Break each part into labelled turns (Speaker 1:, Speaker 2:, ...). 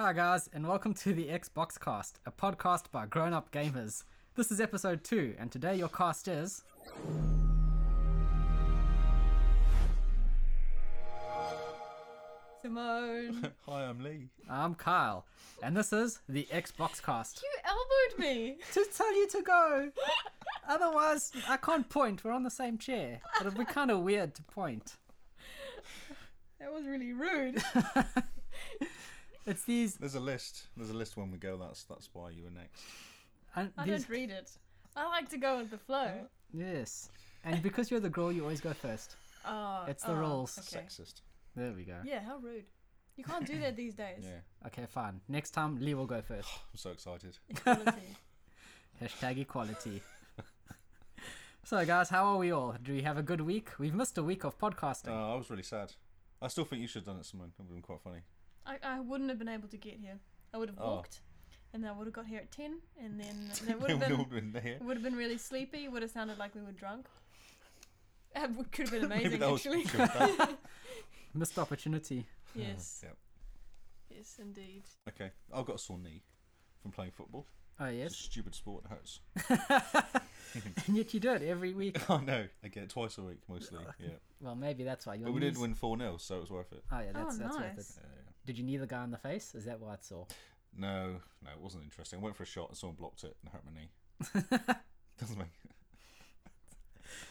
Speaker 1: Hi, guys, and welcome to the Xbox Cast, a podcast by grown up gamers. This is episode 2, and today your cast is. Simone.
Speaker 2: Hi, I'm Lee.
Speaker 1: I'm Kyle, and this is the Xbox Cast.
Speaker 3: You elbowed me.
Speaker 1: to tell you to go! Otherwise, I can't point. We're on the same chair. It'll be kind of weird to point.
Speaker 3: That was really rude.
Speaker 1: It's these.
Speaker 2: There's a list. There's a list when we go. That's that's why you were next.
Speaker 1: and
Speaker 3: I
Speaker 1: uh, these
Speaker 3: don't read it. I like to go with the flow.
Speaker 1: yes. And because you're the girl, you always go first.
Speaker 3: Oh,
Speaker 1: It's the
Speaker 3: oh,
Speaker 1: rules.
Speaker 3: Okay.
Speaker 2: Sexist.
Speaker 1: There we go.
Speaker 3: Yeah, how rude. You can't do that these days.
Speaker 2: Yeah,
Speaker 1: Okay, fine. Next time, Lee will go first.
Speaker 2: I'm so excited.
Speaker 3: Equality.
Speaker 1: Hashtag equality. so, guys, how are we all? Do we have a good week? We've missed a week of podcasting.
Speaker 2: Uh, I was really sad. I still think you should have done it, Simone. It would have been quite funny.
Speaker 3: I, I wouldn't have been able to get here. I would have
Speaker 2: Oh.
Speaker 3: walked, and I would have got here at ten, and then that would have
Speaker 2: We
Speaker 3: been
Speaker 2: would've been there.
Speaker 3: would have been really sleepy. Would have sounded like we were drunk. That would- could have been amazing,
Speaker 2: Maybe that was
Speaker 3: actually.
Speaker 2: should have done.
Speaker 1: missed opportunity.
Speaker 3: yes.
Speaker 2: Yep.
Speaker 3: Yes, indeed.
Speaker 2: okay. I've got a sore knee from playing football.
Speaker 1: Oh,
Speaker 2: It's a
Speaker 1: yes.
Speaker 2: stupid sport. It hurts.
Speaker 1: And yet you do it every week.
Speaker 2: I know. I get it twice a week mostly.
Speaker 3: Uh,
Speaker 2: Yeah,
Speaker 1: Well, maybe that's why. Your
Speaker 2: but we did
Speaker 1: knees-
Speaker 2: win four 0 so it was worth it.
Speaker 1: Oh, yeah, that's,
Speaker 3: Oh,
Speaker 1: that's
Speaker 3: nice.
Speaker 1: worth it.
Speaker 2: Yeah, yeah.
Speaker 1: Did you knee the guy in the face? Is that why it's sore?
Speaker 2: No, no, it wasn't interesting. I went for a shot and someone blocked it and hurt my knee. Doesn't make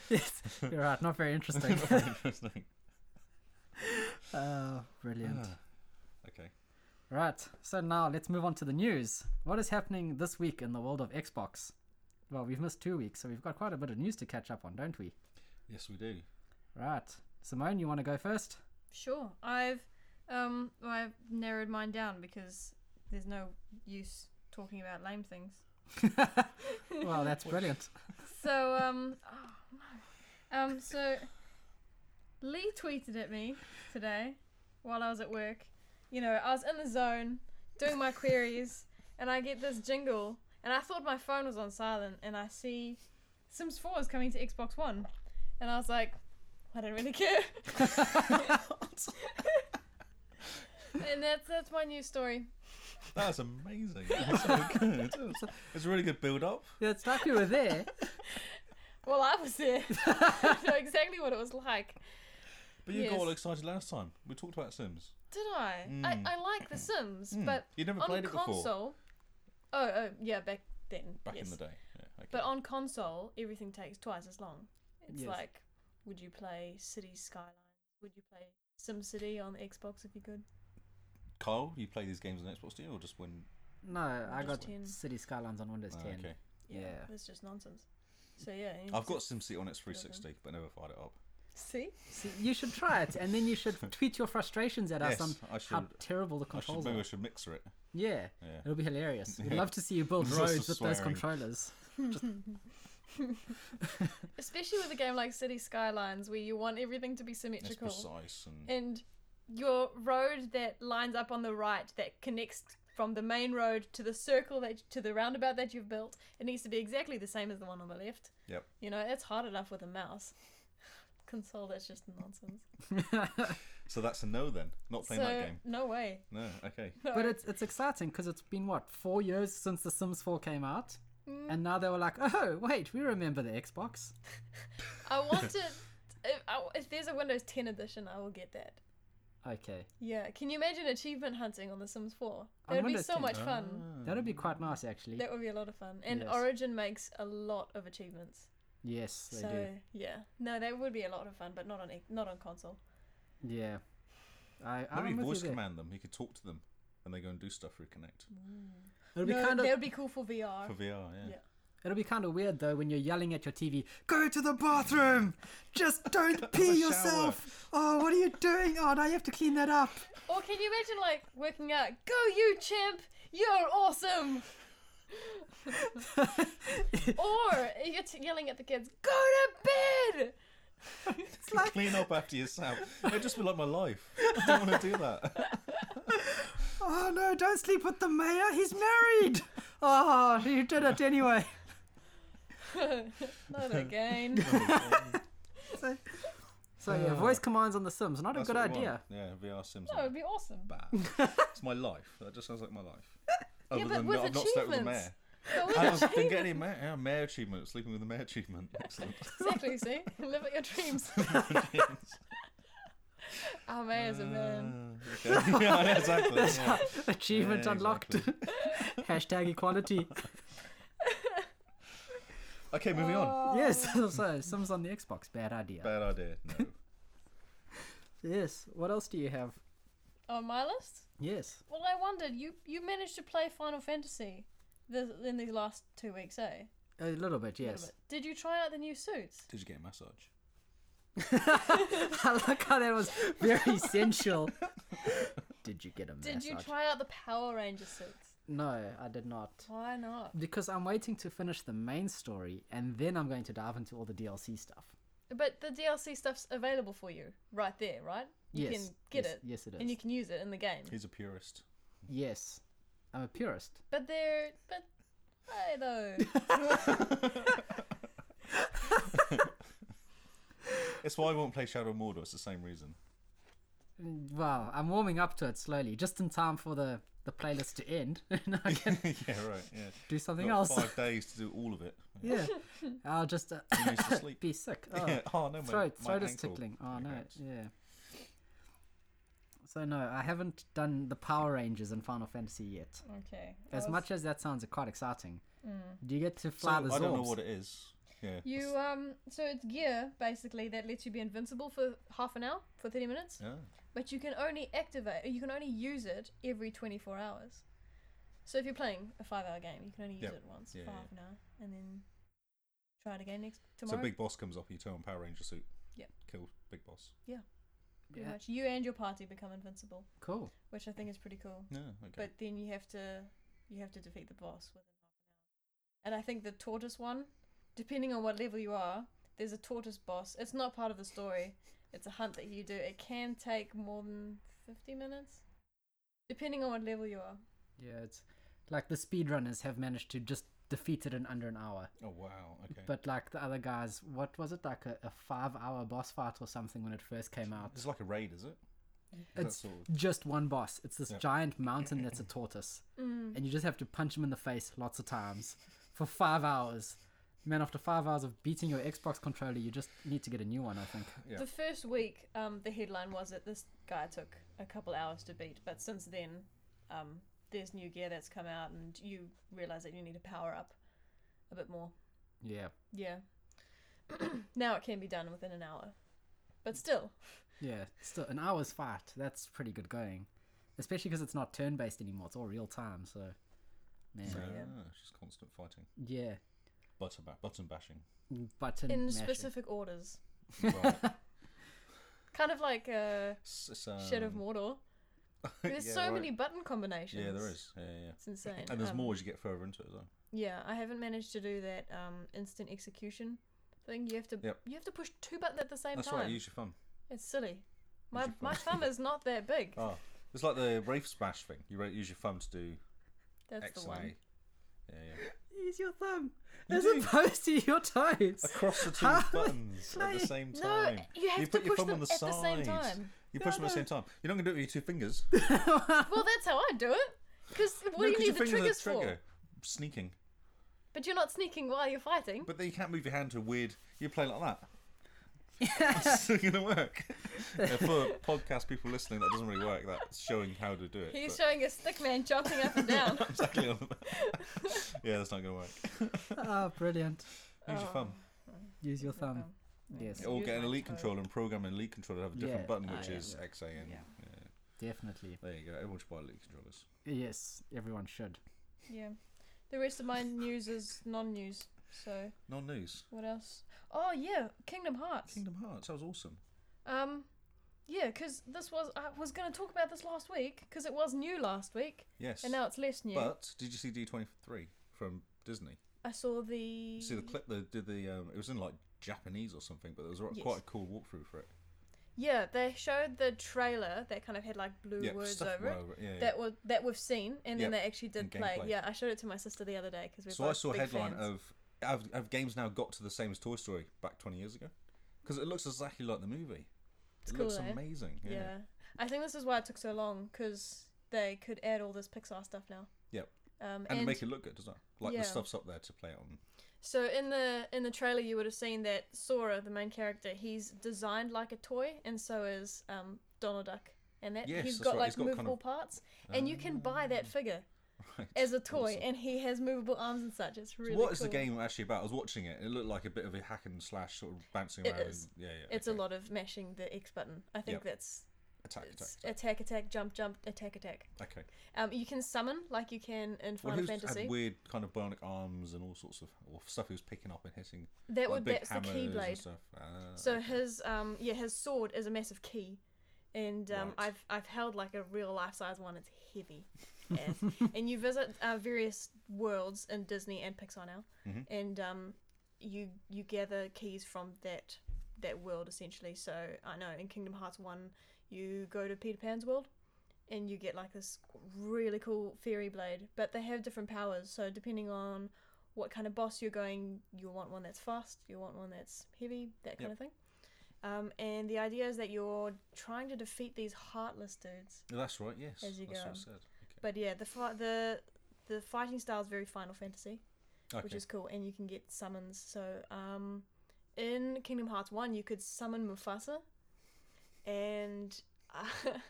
Speaker 1: yes. You're right. Not very interesting.
Speaker 2: it very interesting.
Speaker 1: oh, brilliant.
Speaker 2: Ah. Okay.
Speaker 1: Right. So now let's move on to the news. What is happening this week in the world of Xbox? Well, we've missed two weeks, so we've got quite a bit of news to catch up on, don't we?
Speaker 2: Yes, we do.
Speaker 1: Right. Simone, you want to go first?
Speaker 3: Sure. I've um well, I've narrowed mine down because there's no use talking about lame things.
Speaker 1: Well, that's brilliant.
Speaker 3: So um oh no. Um so Lee tweeted at me today while I was at work. You know, I was in the zone doing my queries and I get this jingle and I thought my phone was on silent and I see Sims 4 is coming to Xbox One and I was like I don't really care. and that's that's my news story.
Speaker 2: That's amazing. That's so good. It's a- It's a really good build up.
Speaker 1: It's like you were there.
Speaker 3: Well, I was there. I know exactly what it was like.
Speaker 2: But you
Speaker 3: Yes.
Speaker 2: got all excited last time. We talked about Sims.
Speaker 3: Did I? I, I like The Sims, Hmm. but
Speaker 2: You Hmm. never
Speaker 3: on
Speaker 2: played it before.
Speaker 3: console. Oh, oh, yeah, back then.
Speaker 2: Back
Speaker 3: yes.
Speaker 2: in the day. Yeah, okay.
Speaker 3: But on console, everything takes twice as long. It's
Speaker 1: Yes.
Speaker 3: like, would you play City Skylines? Would you play SimCity on the Xbox if you could?
Speaker 2: Kyle, you play these games on Xbox, do you, or just when?
Speaker 1: No, I
Speaker 3: Windows
Speaker 1: got
Speaker 3: 10.
Speaker 1: City Skylines on Windows
Speaker 2: Ah,
Speaker 1: 10.
Speaker 2: okay.
Speaker 1: Yeah.
Speaker 3: That's just nonsense. So yeah. you
Speaker 2: I've got
Speaker 3: just-
Speaker 2: SimCity on its 360, but never fired it up.
Speaker 3: See?
Speaker 1: So you should try it, and then you should tweet your frustrations at us
Speaker 2: Yes,
Speaker 1: on
Speaker 2: I
Speaker 1: how
Speaker 2: should-
Speaker 1: terrible the
Speaker 2: I should,
Speaker 1: controls
Speaker 2: maybe I
Speaker 1: are.
Speaker 2: should mixer it.
Speaker 1: Yeah,
Speaker 2: Yeah.
Speaker 1: it'll be hilarious. We'd love to see you build
Speaker 2: There's lots
Speaker 1: roads
Speaker 2: of
Speaker 1: with those
Speaker 2: swearing.
Speaker 1: controllers.
Speaker 3: Especially with a game like City Skylines, where you want everything to be
Speaker 2: It's
Speaker 3: symmetrical.
Speaker 2: precise and
Speaker 3: and your road that lines up on the right that connects from the main road to the circle that to the roundabout that you've built it needs to be exactly the same as the one on the left
Speaker 2: yep.
Speaker 3: you know that's hard enough with a mouse console that's just nonsense
Speaker 2: So that's a no then. Not playing
Speaker 3: so
Speaker 2: that game.
Speaker 3: no way
Speaker 2: No. Okay.
Speaker 3: no.
Speaker 1: But it's it's exciting because it's been what four years since The Sims 4 came out,
Speaker 3: Mm.
Speaker 1: and now they were like, oh wait, we remember the Xbox.
Speaker 3: i want to if, I, if there's a windows 10 edition i will get that
Speaker 1: Okay,
Speaker 3: yeah can you imagine achievement hunting on the sims 4
Speaker 1: On
Speaker 3: that would be
Speaker 1: Windows
Speaker 3: so
Speaker 1: 10.
Speaker 3: much fun
Speaker 2: Hmm.
Speaker 1: that'd be quite nice actually.
Speaker 3: that would be a lot of fun and
Speaker 1: Ah. Yes.
Speaker 3: origin makes a lot of achievements
Speaker 1: yes, they
Speaker 3: so yeah, no, that would be a lot of fun, but not on e, not on console.
Speaker 1: do. Yeah, I,
Speaker 2: Maybe
Speaker 1: I'm with
Speaker 2: voice
Speaker 1: you there.
Speaker 2: command them. He could talk to them, and they go and do stuff through Connect
Speaker 1: It'll be
Speaker 3: no,
Speaker 1: kind of
Speaker 3: that would be cool for VR.
Speaker 2: for VR. Yeah.
Speaker 3: yeah.
Speaker 1: It'll be kind of weird though when you're yelling at your TV, go to the bathroom! Just don't pee
Speaker 2: shower."
Speaker 1: yourself! Oh, what are you doing? Oh, now you have to clean that up!
Speaker 3: Or can you imagine like working out? Go you champ! You're awesome. or you're t- yelling at the kids, "Go to bed!"
Speaker 1: It's like,
Speaker 2: Clean up after yourself. It'd just be like my life. I don't want to do that.
Speaker 1: oh no, don't sleep with the mayor, he's married! Oh, you did it anyway.
Speaker 3: Not again.
Speaker 1: So, So yeah, voice commands on The Sims, not
Speaker 2: Ah. That's
Speaker 1: a good
Speaker 2: what we
Speaker 1: idea.
Speaker 2: want. Yeah, VR Sims.
Speaker 3: That
Speaker 2: are
Speaker 3: would be awesome.
Speaker 2: bad. it's my life. That just sounds like my life. Other
Speaker 3: but
Speaker 2: than
Speaker 3: with
Speaker 2: that I've not slept with a
Speaker 3: achievements.
Speaker 2: mayor.
Speaker 3: But with
Speaker 2: I
Speaker 3: a
Speaker 2: was- didn't get any mayor, yeah, mayor achievement. Sleeping with a mayor achievement. Excellent.
Speaker 3: Exactly, see? Live out your dreams. Our mayor's a man.
Speaker 2: Uh, okay. yeah, I know, exactly. yeah.
Speaker 1: Achievement
Speaker 2: Yeah,
Speaker 1: unlocked. Hashtag equality.
Speaker 2: Okay, moving on.
Speaker 3: Uh.
Speaker 1: Yes. so Sims on the Xbox, bad idea.
Speaker 2: Bad idea. No.
Speaker 1: Yes. What else do you have?
Speaker 3: On Oh, my list?
Speaker 1: Yes.
Speaker 3: Well, I wondered, you, you managed to play Final Fantasy this, in these last two weeks, eh? A
Speaker 1: A little bit.
Speaker 3: little
Speaker 1: Yes.
Speaker 3: bit. Did you try out the new suits?
Speaker 2: Did you get a massage?
Speaker 1: I like how that was very sensual. Did you get a
Speaker 3: Did you
Speaker 1: massage?
Speaker 3: try out the Power Ranger suits?
Speaker 1: No, I did not.
Speaker 3: Why not?
Speaker 1: Because I'm waiting to finish the main story and then I'm going to dive into all the DLC stuff.
Speaker 3: But the DLC stuff's available for you right there, right? You
Speaker 1: yes.
Speaker 3: can get
Speaker 1: yes,
Speaker 3: it.
Speaker 1: Yes, it is.
Speaker 3: And you can use it in the game.
Speaker 2: He's a purist.
Speaker 1: Yes. I'm a purist.
Speaker 3: But they're. But. I though.
Speaker 2: It's why I won't play Shadow of Mordor. It's the same reason.
Speaker 1: Mm, Wow, I'm warming up to it slowly, just in time for the, the playlist to end and I
Speaker 2: yeah,
Speaker 1: can
Speaker 2: right. Yeah.
Speaker 1: do something
Speaker 2: Got
Speaker 1: else.
Speaker 2: Five days to do all of it.
Speaker 1: Yeah. I'll just uh,
Speaker 2: He needs to sleep.
Speaker 1: be sick. Oh.
Speaker 2: Yeah. Oh no, my
Speaker 1: throat
Speaker 2: my
Speaker 1: throat is
Speaker 2: ankle.
Speaker 1: tickling. Oh no,
Speaker 2: hurts.
Speaker 1: yeah. So no, I haven't done the Power Rangers in Final Fantasy yet.
Speaker 2: Oh,
Speaker 3: Okay. I
Speaker 1: As
Speaker 3: was-
Speaker 1: much as that sounds quite exciting, do you get to
Speaker 2: Mm. So,
Speaker 1: fly
Speaker 2: I
Speaker 1: the Zorbs?
Speaker 2: don't know what it is. Yeah.
Speaker 3: You um, so it's gear basically that lets you be invincible for half an hour for thirty minutes,
Speaker 2: Yeah.
Speaker 3: but you can only activate, you can only use it every twenty four hours. So if you're playing a five hour game, you can only use
Speaker 2: Yep.
Speaker 3: it once
Speaker 2: Yeah,
Speaker 3: for
Speaker 2: yeah.
Speaker 3: half an hour, and then try it again next
Speaker 2: So
Speaker 3: tomorrow.
Speaker 2: big boss comes up. You turn on Power Ranger suit.
Speaker 3: Yep.
Speaker 2: Kill big boss.
Speaker 3: pretty
Speaker 1: Yeah.
Speaker 3: much, you and your party become invincible,
Speaker 1: Cool.
Speaker 3: which I think is pretty cool.
Speaker 2: Yeah. Okay.
Speaker 3: But then you have to you have to defeat the boss within half an hour. And I think the tortoise one, depending on what level you are, there's a tortoise boss. It's not part of the story. It's a hunt that you do. It can take more than fifty minutes. Depending on what level you are.
Speaker 1: Yeah, it's like the speedrunners have managed to just defeat it in under an hour.
Speaker 2: oh wow. Okay.
Speaker 1: But like the other guys, what was it like a, a five-hour boss fight or something when it first came out?
Speaker 2: it's like a raid, is it?
Speaker 1: It's
Speaker 2: sort of-
Speaker 1: just one boss. It's this
Speaker 2: Yeah.
Speaker 1: giant mountain that's a tortoise,
Speaker 3: Mm.
Speaker 1: and you just have to punch him in the face lots of times for five hours. Man, after five hours of beating your Xbox controller, you just need to get a new one. I think.
Speaker 2: Yeah.
Speaker 3: The first week, um, the headline was that this guy took a couple hours to beat, but since then, um, there's new gear that's come out and you realise that you need to power up a bit more.
Speaker 1: Yeah,
Speaker 3: Yeah. now it can be done within an hour. But still,
Speaker 1: yeah. Still, an hour's fight. That's pretty good going, especially because it's not turn-based anymore. It's all real time. So, man,
Speaker 2: Yeah.
Speaker 3: Yeah.
Speaker 2: Ah, Just constant fighting.
Speaker 1: yeah.
Speaker 2: Button, ba- button bashing.
Speaker 1: Button
Speaker 3: in
Speaker 1: mashing.
Speaker 3: specific orders.
Speaker 2: Right.
Speaker 3: Kind of like uh,
Speaker 2: it's, it's, um,
Speaker 3: Shed of Mordor. There's
Speaker 2: yeah,
Speaker 3: so
Speaker 2: right.
Speaker 3: many button combinations.
Speaker 2: Yeah, there is. Yeah, yeah. yeah.
Speaker 3: It's insane.
Speaker 2: And there's
Speaker 3: Um,
Speaker 2: more as you get further into it, though.
Speaker 3: Yeah, I haven't managed to do that um, instant execution thing. You have to
Speaker 2: Yep.
Speaker 3: you have to push two buttons at the same
Speaker 2: That's
Speaker 3: time.
Speaker 2: right. Use your thumb.
Speaker 3: It's silly. My
Speaker 2: your
Speaker 3: my thumb is not that big.
Speaker 2: Oh, it's like the Rafe Smash thing. You ra- use your thumb to do
Speaker 3: That's
Speaker 2: X
Speaker 3: the
Speaker 2: and A.
Speaker 3: one.
Speaker 2: Yeah, yeah.
Speaker 1: Use your thumb
Speaker 2: You
Speaker 1: as
Speaker 2: do.
Speaker 1: opposed to your toes.
Speaker 2: Across the two
Speaker 1: How is
Speaker 2: buttons at the
Speaker 1: like-
Speaker 2: same
Speaker 3: No,
Speaker 2: time.
Speaker 3: you have
Speaker 2: put
Speaker 3: to
Speaker 2: your
Speaker 3: push
Speaker 2: thumb
Speaker 3: them
Speaker 2: on
Speaker 3: at
Speaker 2: the
Speaker 3: the same
Speaker 2: side.
Speaker 3: time.
Speaker 2: You push them at the
Speaker 1: no.
Speaker 2: same time. You're not going to do it with your two fingers.
Speaker 3: Well, that's how I do it. Because what
Speaker 2: no,
Speaker 3: do
Speaker 2: 'cause
Speaker 3: you need
Speaker 2: your
Speaker 3: the
Speaker 2: fingers are
Speaker 3: triggers
Speaker 2: the
Speaker 3: for?
Speaker 2: trigger. Sneaking.
Speaker 3: But you're not sneaking while you're fighting.
Speaker 2: But then you can't move your hand to a weird. You play like that. it's not going to work. Yeah, for podcast people listening, that doesn't really work. That's showing how to do it.
Speaker 3: He's
Speaker 2: but-
Speaker 3: showing a stick man jumping up and down.
Speaker 2: exactly. on the- yeah, that's not going to work.
Speaker 1: Ah, brilliant.
Speaker 2: Use your
Speaker 3: Oh.
Speaker 2: thumb.
Speaker 1: Use your thumb. Yes,
Speaker 3: Yeah.
Speaker 2: Or
Speaker 3: Use
Speaker 2: get an
Speaker 3: my
Speaker 2: elite
Speaker 3: toe.
Speaker 2: controller and program an elite controller to have a different
Speaker 1: Yeah,
Speaker 2: button,
Speaker 1: ah,
Speaker 2: which
Speaker 1: yeah,
Speaker 2: is
Speaker 1: yeah.
Speaker 2: X, A, N.
Speaker 1: Yeah.
Speaker 2: Yeah.
Speaker 1: definitely.
Speaker 2: There you go. Everyone should buy elite controllers.
Speaker 1: Yes, everyone should.
Speaker 3: Yeah. The rest of my news is non-news. So
Speaker 2: Non news.
Speaker 3: what else? Oh yeah, Kingdom Hearts.
Speaker 2: Kingdom Hearts. That was awesome.
Speaker 3: Um, yeah, because this was I was going to talk about this last week because it was new last week
Speaker 2: Yes.
Speaker 3: and now it's less new.
Speaker 2: but did you see D23 from Disney?
Speaker 3: I saw the.
Speaker 2: You see the clip they did the. Um, it was in like Japanese or something, but there was a-
Speaker 3: Yes.
Speaker 2: quite a cool walkthrough for it.
Speaker 3: Yeah, they showed the trailer that kind of had like blue
Speaker 2: Yeah,
Speaker 3: words
Speaker 2: stuff
Speaker 3: over
Speaker 2: went
Speaker 3: it. uh,
Speaker 2: over it, Yeah, yeah.
Speaker 3: That were that we've seen, and then
Speaker 2: Yep,
Speaker 3: they actually did
Speaker 2: and
Speaker 3: play.
Speaker 2: gameplay.
Speaker 3: Yeah, I showed it to my sister the other day because we.
Speaker 2: so
Speaker 3: both
Speaker 2: I saw a
Speaker 3: big
Speaker 2: headline
Speaker 3: fans.
Speaker 2: of have, have games now got to the same as Toy Story back 20 years ago? Because because it looks exactly like the movie.
Speaker 3: It's
Speaker 2: it
Speaker 3: cool,
Speaker 2: looks
Speaker 3: eh?
Speaker 2: amazing.
Speaker 3: Yeah.
Speaker 2: Yeah.
Speaker 3: I think this is why it took so long because they could add all this Pixar stuff now.
Speaker 2: Yep.
Speaker 3: Um,
Speaker 2: And,
Speaker 3: and
Speaker 2: make it look good as well. Like
Speaker 3: Yeah.
Speaker 2: the stuff's up there to play on.
Speaker 3: so in the in the trailer, you would have seen that Sora, the main character, he's designed like a toy, and so is um, Donald Duck, and that
Speaker 2: Yes,
Speaker 3: he's
Speaker 2: that's
Speaker 3: got
Speaker 2: right,
Speaker 3: like
Speaker 2: he's got kind
Speaker 3: movable
Speaker 2: of- Ah.
Speaker 3: parts, and you can buy that figure
Speaker 2: Right.
Speaker 3: as a toy,
Speaker 2: Awesome.
Speaker 3: and he has movable arms and such. It's really
Speaker 2: what is the
Speaker 3: cool.
Speaker 2: game actually about? I was watching it. It looked like a bit of a hack and slash sort of bouncing
Speaker 3: It
Speaker 2: around.
Speaker 3: is.
Speaker 2: And, yeah, yeah.
Speaker 3: It's a lot of mashing the X button. I think
Speaker 2: Yep.
Speaker 3: that's
Speaker 2: Attack, attack,
Speaker 3: it's attack, attack, jump, jump, attack, attack.
Speaker 2: attack. Okay.
Speaker 3: Um, you can summon like you can in
Speaker 2: Well,
Speaker 3: Final
Speaker 2: who's
Speaker 3: Fantasy.
Speaker 2: had weird kind of bionic arms and all sorts of or stuff he was picking up and hitting?
Speaker 3: that
Speaker 2: like
Speaker 3: would
Speaker 2: big
Speaker 3: that's the
Speaker 2: hammers and
Speaker 3: Keyblade.
Speaker 2: stuff. Ah,
Speaker 3: So
Speaker 2: okay.
Speaker 3: his um yeah his sword is a massive key, and um,
Speaker 2: Right.
Speaker 3: I've I've held like a real life size one. It's heavy, as, and you visit uh, various worlds in Disney and Pixar now,
Speaker 2: Mhm.
Speaker 3: and um you you gather keys from that that world essentially. So I know in Kingdom Hearts one you go to Peter Pan's world. And you get like this really cool fairy blade, but they have different powers. So depending on what kind of boss you're going, you want one that's fast, you want one that's heavy, that kind
Speaker 2: Yep.
Speaker 3: of thing. Um, and the idea is that you're trying to defeat these heartless dudes.
Speaker 2: that's right. Yes,
Speaker 3: as you
Speaker 2: that's
Speaker 3: go.
Speaker 2: what I said. Okay.
Speaker 3: But yeah, the fi- the the fighting style is very Final Fantasy,
Speaker 2: okay.
Speaker 3: which is cool, and you can get summons. So um, in Kingdom Hearts One, you could summon Mufasa, and uh,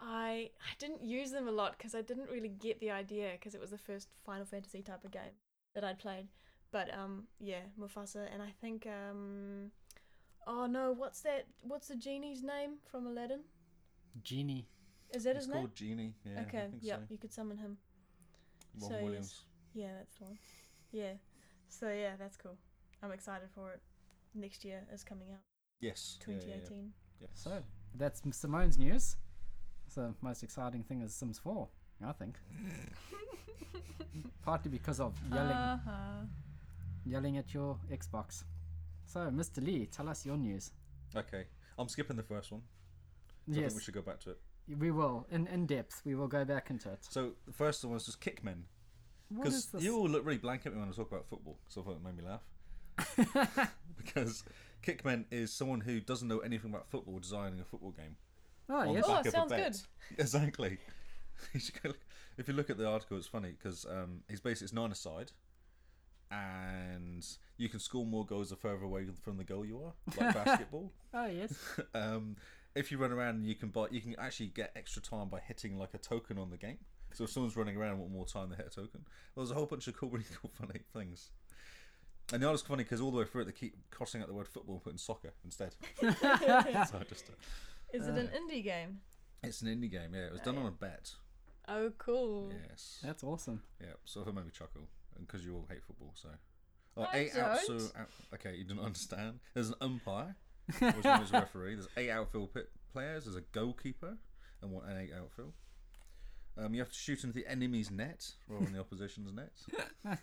Speaker 3: I I didn't use them a lot because I didn't really get the idea because it was the first Final Fantasy type of game that I'd played. But um, yeah, Mufasa, and I think um, oh no, what's that? What's the genie's name from Aladdin?
Speaker 1: Genie.
Speaker 3: Is that
Speaker 2: it's
Speaker 3: his name?
Speaker 2: called Genie. Yeah,
Speaker 3: okay,
Speaker 2: I think
Speaker 3: yeah,
Speaker 2: so.
Speaker 3: you could summon him.
Speaker 2: Ron
Speaker 3: So, yes.
Speaker 2: Williams.
Speaker 3: Yeah, that's the one. Yeah. So yeah, that's cool. I'm excited for it. Next year is coming out,
Speaker 2: Yes. yeah, yeah,
Speaker 3: 2018.
Speaker 2: Yeah,
Speaker 1: So that's M- Simone's news. So most exciting thing is Sims 4, I think. Partly because of yelling,
Speaker 3: Uh-huh.
Speaker 1: yelling at your Xbox. So Mr. Lee, tell us your news.
Speaker 2: yeah. Okay. I'm skipping the first one. so I
Speaker 1: yes,
Speaker 2: think we should go back to it.
Speaker 1: we will in in depth. We will go back into it.
Speaker 2: So the first one was just Kickmen.
Speaker 1: What is
Speaker 2: Because
Speaker 1: this?
Speaker 2: you all look really blank at me when I talk about football, so I thought it made me laugh. because Kickman is someone who doesn't know anything about football designing a football game.
Speaker 1: oh
Speaker 2: on the
Speaker 1: yes,
Speaker 3: Oh,
Speaker 2: back of a
Speaker 3: sounds
Speaker 2: bet. Exactly. You should go look- if you look at the article, it's funny because um, he's basically it's nine aside, and you can score more goals the further away from the goal you are, like basketball.
Speaker 1: oh yes.
Speaker 2: um, if you run around, you can buy, you can actually get extra time by hitting like a token on the game. So if someone's running around, and want more time, they hit a token. There's a whole bunch of cool, really cool, funny things. And the article's funny because all the way through it, they keep crossing out the word football and putting soccer instead. so I just, uh,
Speaker 3: Is it an indie game?
Speaker 2: it's an indie game. Yeah, it was done on a bet.
Speaker 3: Oh, cool.
Speaker 2: Yes.
Speaker 1: That's awesome.
Speaker 2: Yeah. So that made me chuckle because you all hate football. So. Like
Speaker 3: I
Speaker 2: outs-
Speaker 3: don't.
Speaker 2: out- okay, you didn't understand. There's an umpire, which one is a referee. There's eight outfield pit players. There's a goalkeeper, and one and eight outfield. Um, you have to shoot into the enemy's net rather than the opposition's net.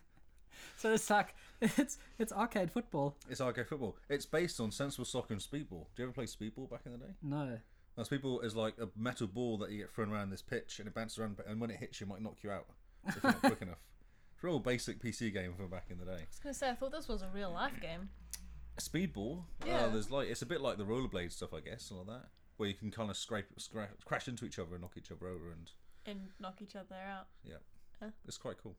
Speaker 1: So it's like it's it's arcade football.
Speaker 2: It's arcade football. It's based on sensible soccer and speedball. Do you ever play speedball back in the day?
Speaker 1: No.
Speaker 2: Now, speedball is like a metal ball that you get thrown around this pitch, and it bounces around, and when it hits you, it might knock you out if you're not quick enough. It's a real basic PC game from back in the day.
Speaker 3: I was gonna say I thought this was a real life game.
Speaker 2: speedball.
Speaker 3: Yeah.
Speaker 2: Uh, there's like it's a bit like the rollerblade stuff, I guess, and all that, where you can kind of scrape, scra- crash into each other and knock each other over, and
Speaker 3: And knock each other out.
Speaker 2: yeah,
Speaker 3: Huh.
Speaker 2: it's quite cool.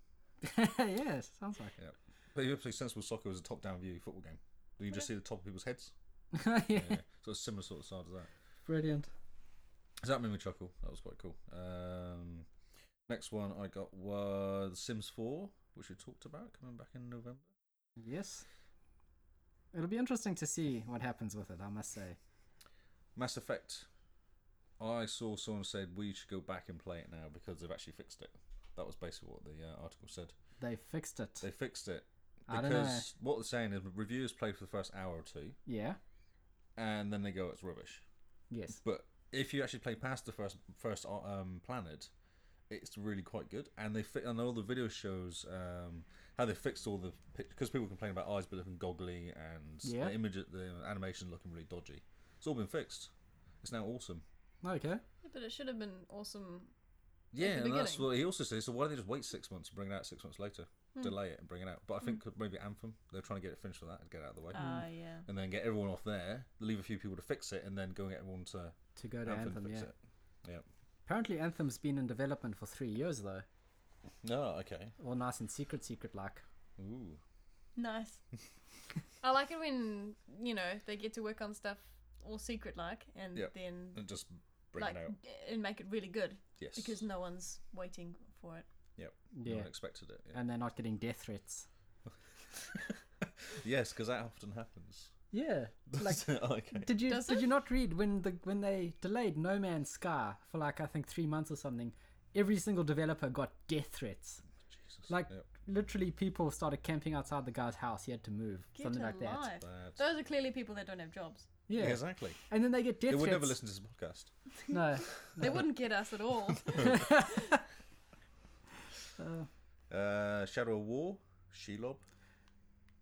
Speaker 1: yes, sounds like
Speaker 2: Yeah, but you play sensible soccer was a top-down view football game. You just see the top of people's heads.
Speaker 1: it. yeah.
Speaker 2: Yeah, so it's similar sort of side to that.
Speaker 1: Brilliant.
Speaker 2: So that made me chuckle. That was quite cool. Um, next one I got was Sims 4, which we talked about coming back in November.
Speaker 1: Yes. It'll be interesting to see what happens with it, I must say.
Speaker 2: Mass Effect. I saw someone said we should go back and play it now because they've actually fixed it. That was basically what the uh, article said.
Speaker 1: They fixed it.
Speaker 2: They fixed it
Speaker 1: I don't know.
Speaker 2: because what they're saying is reviewers play for the first hour or two,
Speaker 1: Yeah.
Speaker 2: and then they go it's rubbish.
Speaker 1: Yes.
Speaker 2: But if you actually play past the first first uh, um, planet, it's really quite good. And they fit and all the video shows um, how they fixed all the because people complain about eyes but looking goggly and
Speaker 1: Yeah.
Speaker 2: the image the animation looking really dodgy. It's all been fixed. It's now awesome.
Speaker 1: Okay.
Speaker 3: Yeah, but it should have been awesome
Speaker 2: Yeah,
Speaker 3: the
Speaker 2: and that's
Speaker 3: beginning.
Speaker 2: what he also says. So why don't they just wait six months and bring it out six months later?
Speaker 1: Hmm.
Speaker 2: Delay it and bring it out. But I think maybe Anthem, they're trying to get it finished for that and get it out of the
Speaker 1: Uh,
Speaker 2: way.
Speaker 3: Uh,
Speaker 4: Ah, yeah.
Speaker 2: and then get everyone off there, leave a few people to fix it, and then go and get everyone to
Speaker 1: to go to
Speaker 2: Anthem,
Speaker 1: Anthem.
Speaker 2: fix
Speaker 1: Yeah.
Speaker 2: it. Yeah.
Speaker 1: Apparently, Anthem's been in development for three years though,
Speaker 2: No, okay.
Speaker 1: all nice and secret, secret like.
Speaker 2: Ooh.
Speaker 4: Nice.
Speaker 3: I like it when you know they get to work on stuff all secret like, and
Speaker 2: Yep.
Speaker 3: then
Speaker 2: And just bring
Speaker 3: like
Speaker 2: it out.
Speaker 3: and make it really good
Speaker 2: Yes.
Speaker 3: because no one's waiting for it.
Speaker 2: Yep.
Speaker 1: Yeah.
Speaker 2: No one expected it. Yeah.
Speaker 1: And they're not getting death threats.
Speaker 2: yes, because that often happens.
Speaker 1: Yeah. Like,
Speaker 2: okay.
Speaker 1: did you
Speaker 3: Does
Speaker 1: did you not read when the when they delayed No Man's Sky for like I think three months or something? Every single developer got death threats.
Speaker 2: Jesus.
Speaker 1: Like
Speaker 2: Yep.
Speaker 1: literally, people started camping outside the guy's house. He had to move,
Speaker 3: Get
Speaker 1: something
Speaker 3: alive.
Speaker 1: like that.
Speaker 2: Bad.
Speaker 3: Those are clearly people that don't have jobs.
Speaker 1: Yeah.
Speaker 2: Exactly.
Speaker 1: And then they get death
Speaker 2: They would
Speaker 1: threats.
Speaker 2: never listen to this podcast.
Speaker 1: No.
Speaker 3: They wouldn't get us at all.
Speaker 1: Uh,
Speaker 2: Uh, Shadow of War, Shelob.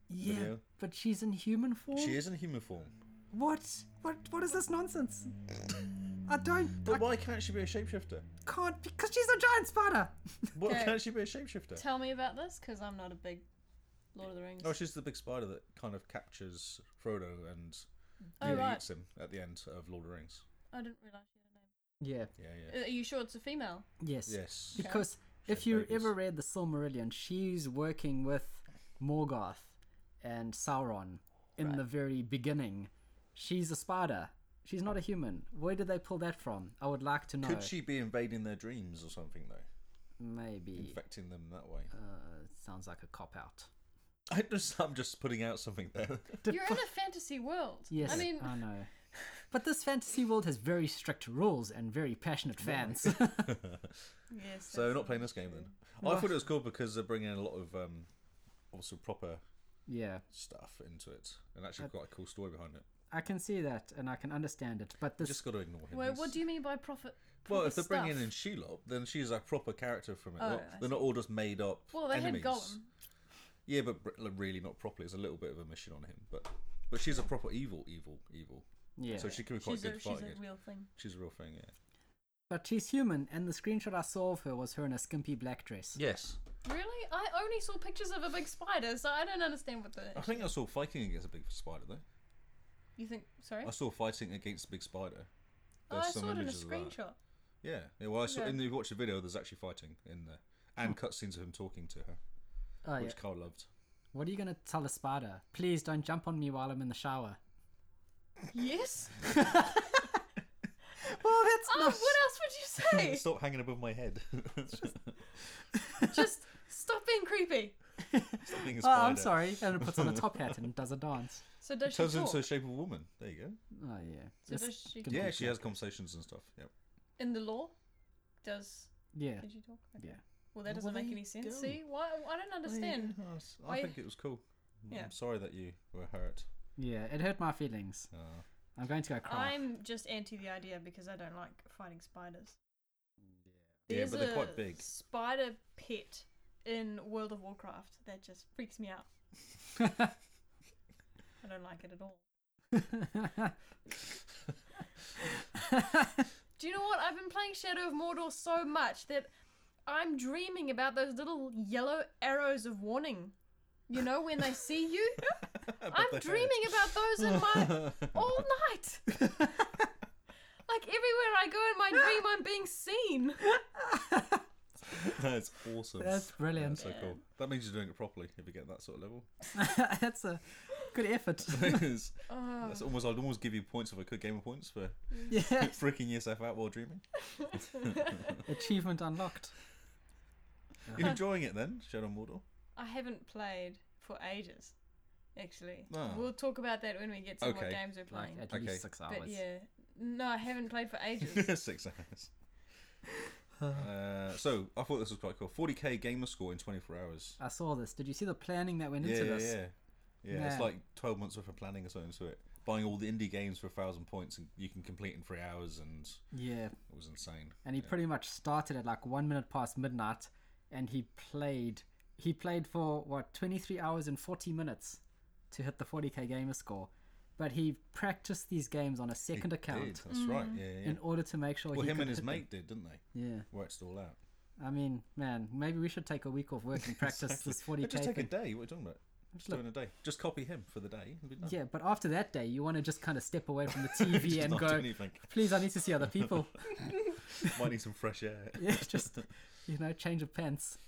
Speaker 1: yeah,
Speaker 2: Video.
Speaker 1: but she's in human form.
Speaker 2: She is in human form.
Speaker 1: What? What? What is this nonsense? I don't.
Speaker 2: But why can't she be a shapeshifter?
Speaker 1: I can't because she's a giant spider.
Speaker 2: Why
Speaker 3: Okay.
Speaker 2: can't she be a shapeshifter?
Speaker 3: Tell me about this because I'm not a big Lord of the Rings.
Speaker 2: Oh, she's the big spider that kind of captures Frodo and
Speaker 3: Oh,
Speaker 2: nearly
Speaker 3: right.
Speaker 2: eats him at the end of Lord of the Rings.
Speaker 3: I didn't realize she had
Speaker 1: Yeah.
Speaker 2: Yeah,
Speaker 3: a
Speaker 2: yeah.
Speaker 3: name. Are you sure it's a female?
Speaker 1: Yes.
Speaker 2: Yes.
Speaker 1: Because
Speaker 2: She
Speaker 1: if
Speaker 2: had
Speaker 1: you
Speaker 2: babies.
Speaker 1: ever read the Silmarillion, she's working with Morgoth and Sauron in the very beginning. She's a spider. She's not a human. Where did they pull that from? I would like to know.
Speaker 2: Could she be invading their dreams or something though,
Speaker 1: Maybe.
Speaker 2: infecting them that way?
Speaker 1: Uh, sounds like a cop out.
Speaker 2: I just, I'm just putting out something there.
Speaker 3: You're in a fantasy world.
Speaker 1: Yes, Uh,
Speaker 3: I mean,
Speaker 1: know. But this fantasy world has very strict rules and very passionate fans.
Speaker 3: yes.
Speaker 2: so
Speaker 3: that's-
Speaker 2: not playing this game then. I thought it was cool because they're bringing in a lot of um, also proper
Speaker 1: yeah,
Speaker 2: stuff into it, and actually quite a cool story behind it.
Speaker 1: I can see that and I can understand it. But
Speaker 2: You
Speaker 1: this,
Speaker 2: just got to ignore him.
Speaker 3: Wait,
Speaker 2: He's-
Speaker 3: what do you mean by profit?
Speaker 2: well, if they're
Speaker 3: proper
Speaker 2: bringing
Speaker 3: stuff?
Speaker 2: in Shelob, then she's a proper character from it.
Speaker 3: Oh,
Speaker 2: Not-
Speaker 3: I
Speaker 2: they're not all just made up.
Speaker 3: Well, they
Speaker 2: enemies.
Speaker 3: had Gollum.
Speaker 2: Yeah, but br- like, really not properly. It's a little bit of a mission on him, but but she's a proper evil, evil, evil.
Speaker 1: yeah.
Speaker 2: So she can be quite
Speaker 3: She's
Speaker 2: good
Speaker 3: a, she's
Speaker 2: fighting.
Speaker 3: a
Speaker 2: it.
Speaker 3: real thing.
Speaker 2: She's a real thing, yeah.
Speaker 1: But she's human, and the screenshot I saw of her was her in a skimpy black dress.
Speaker 2: Yes.
Speaker 3: Really? I only saw pictures of a big spider, so I don't understand what the.
Speaker 2: I think I saw fighting against a big spider though.
Speaker 3: You think? Sorry.
Speaker 2: I saw fighting against a big spider.
Speaker 3: Oh, I
Speaker 2: There's
Speaker 3: saw it in a
Speaker 2: images of that.
Speaker 3: screenshot.
Speaker 2: Yeah. yeah. Well, I saw
Speaker 3: Yeah.
Speaker 2: in the you watch the video. There's actually fighting in there, and cutscenes of him talking to her,
Speaker 1: Hmm. Oh, yeah.
Speaker 2: which Carl loved.
Speaker 1: What are you going to tell a spider? Please don't jump on me while I'm in the shower.
Speaker 3: Yes.
Speaker 1: Well, that's
Speaker 3: Oh, what else would you say?
Speaker 2: Stop hanging above my head.
Speaker 3: Just stop being creepy.
Speaker 2: Stop being a
Speaker 1: Oh, I'm
Speaker 2: spider.
Speaker 1: sorry. And it puts on a top hat and does a dance.
Speaker 3: So does she
Speaker 2: Turns
Speaker 3: talk?
Speaker 2: into a shape of a woman. There you go.
Speaker 1: Oh, yeah.
Speaker 3: So
Speaker 1: It's
Speaker 3: does she-
Speaker 1: gonna
Speaker 2: Yeah,
Speaker 1: be
Speaker 2: she
Speaker 1: good.
Speaker 2: has conversations and stuff. Yep.
Speaker 3: in the law, does
Speaker 1: Yeah.
Speaker 3: did she talk? Okay.
Speaker 1: Yeah.
Speaker 3: Well, that
Speaker 2: Well,
Speaker 3: doesn't make
Speaker 2: there
Speaker 3: any
Speaker 2: you
Speaker 3: sense.
Speaker 2: go.
Speaker 3: See, why? I don't understand.
Speaker 2: Yeah, I s- I,
Speaker 3: Why-
Speaker 2: think it was cool.
Speaker 3: Yeah.
Speaker 2: I'm sorry that you were hurt.
Speaker 1: Yeah, it hurt my feelings.
Speaker 2: Uh,
Speaker 1: I'm going to go cry.
Speaker 3: I'm just anti the idea because I don't like fighting spiders.
Speaker 2: yeah, but
Speaker 3: There's
Speaker 2: they're
Speaker 3: a
Speaker 2: quite big.
Speaker 3: Spider pet in World of Warcraft that just freaks me out. I don't like it at all. Do you know what? I've been playing Shadow of Mordor so much that I'm dreaming about those little yellow arrows of warning. You know, when they see you? I'm dreaming about those in my all night. like everywhere I go in my dream, I'm being seen.
Speaker 2: That's awesome.
Speaker 1: That's brilliant.
Speaker 2: That's so cool. That means you're doing it properly if you get that sort of level.
Speaker 1: that's a good effort.
Speaker 2: It's-
Speaker 3: Uh,
Speaker 1: Oh.
Speaker 2: That's almost. I'd almost give you points if I could, gamer points for
Speaker 1: yeah.
Speaker 2: freaking yourself out while dreaming.
Speaker 1: Achievement unlocked.
Speaker 2: You're enjoying it then, Shadow of Mordor.
Speaker 3: I haven't played for ages, actually.
Speaker 2: Ah.
Speaker 3: We'll talk about that when we get to what
Speaker 2: Okay.
Speaker 3: games we're
Speaker 1: Like
Speaker 3: playing.
Speaker 1: at
Speaker 2: Okay.
Speaker 1: least six hours.
Speaker 3: but yeah, no, I haven't played for ages.
Speaker 2: Six hours. Uh, so I thought this was quite cool. 40k gamer score in 24 hours.
Speaker 1: I saw this. Did you see the planning that went
Speaker 2: Yeah,
Speaker 1: into
Speaker 2: yeah,
Speaker 1: this?
Speaker 2: yeah. Yeah, it's
Speaker 1: Nah.
Speaker 2: like 12 months worth of planning or something to it. Buying all the indie games for a thousand points and you can complete in three hours, and
Speaker 1: Yeah.
Speaker 2: it was insane.
Speaker 1: And he pretty much started at like one minute past midnight and he played he played for what, twenty three hours and forty minutes to hit the forty K gamer score. but he practiced these games on a
Speaker 2: He
Speaker 1: second
Speaker 2: did,
Speaker 1: account Mm.
Speaker 2: That's right. Yeah, yeah.
Speaker 1: in order to make sure
Speaker 2: well,
Speaker 1: he
Speaker 2: him
Speaker 1: could
Speaker 2: and his
Speaker 1: hit them.
Speaker 2: mate did, didn't they?
Speaker 1: Yeah,
Speaker 2: Worked it all out.
Speaker 1: I mean, man, maybe we should take a week off work and practice this
Speaker 2: It'd
Speaker 1: 40k
Speaker 2: just take
Speaker 1: thing.
Speaker 2: a day. What are you talking about? Just
Speaker 1: Look-
Speaker 2: doing a day. Just copy him for the day. and be done.
Speaker 1: Yeah, but after that day, you want to just kind of step away from the TV
Speaker 2: Just
Speaker 1: and
Speaker 2: not do
Speaker 1: go,
Speaker 2: anything.
Speaker 1: please, I need to see other people.
Speaker 2: Might need some fresh air.
Speaker 1: yeah, just, you know, change of pants.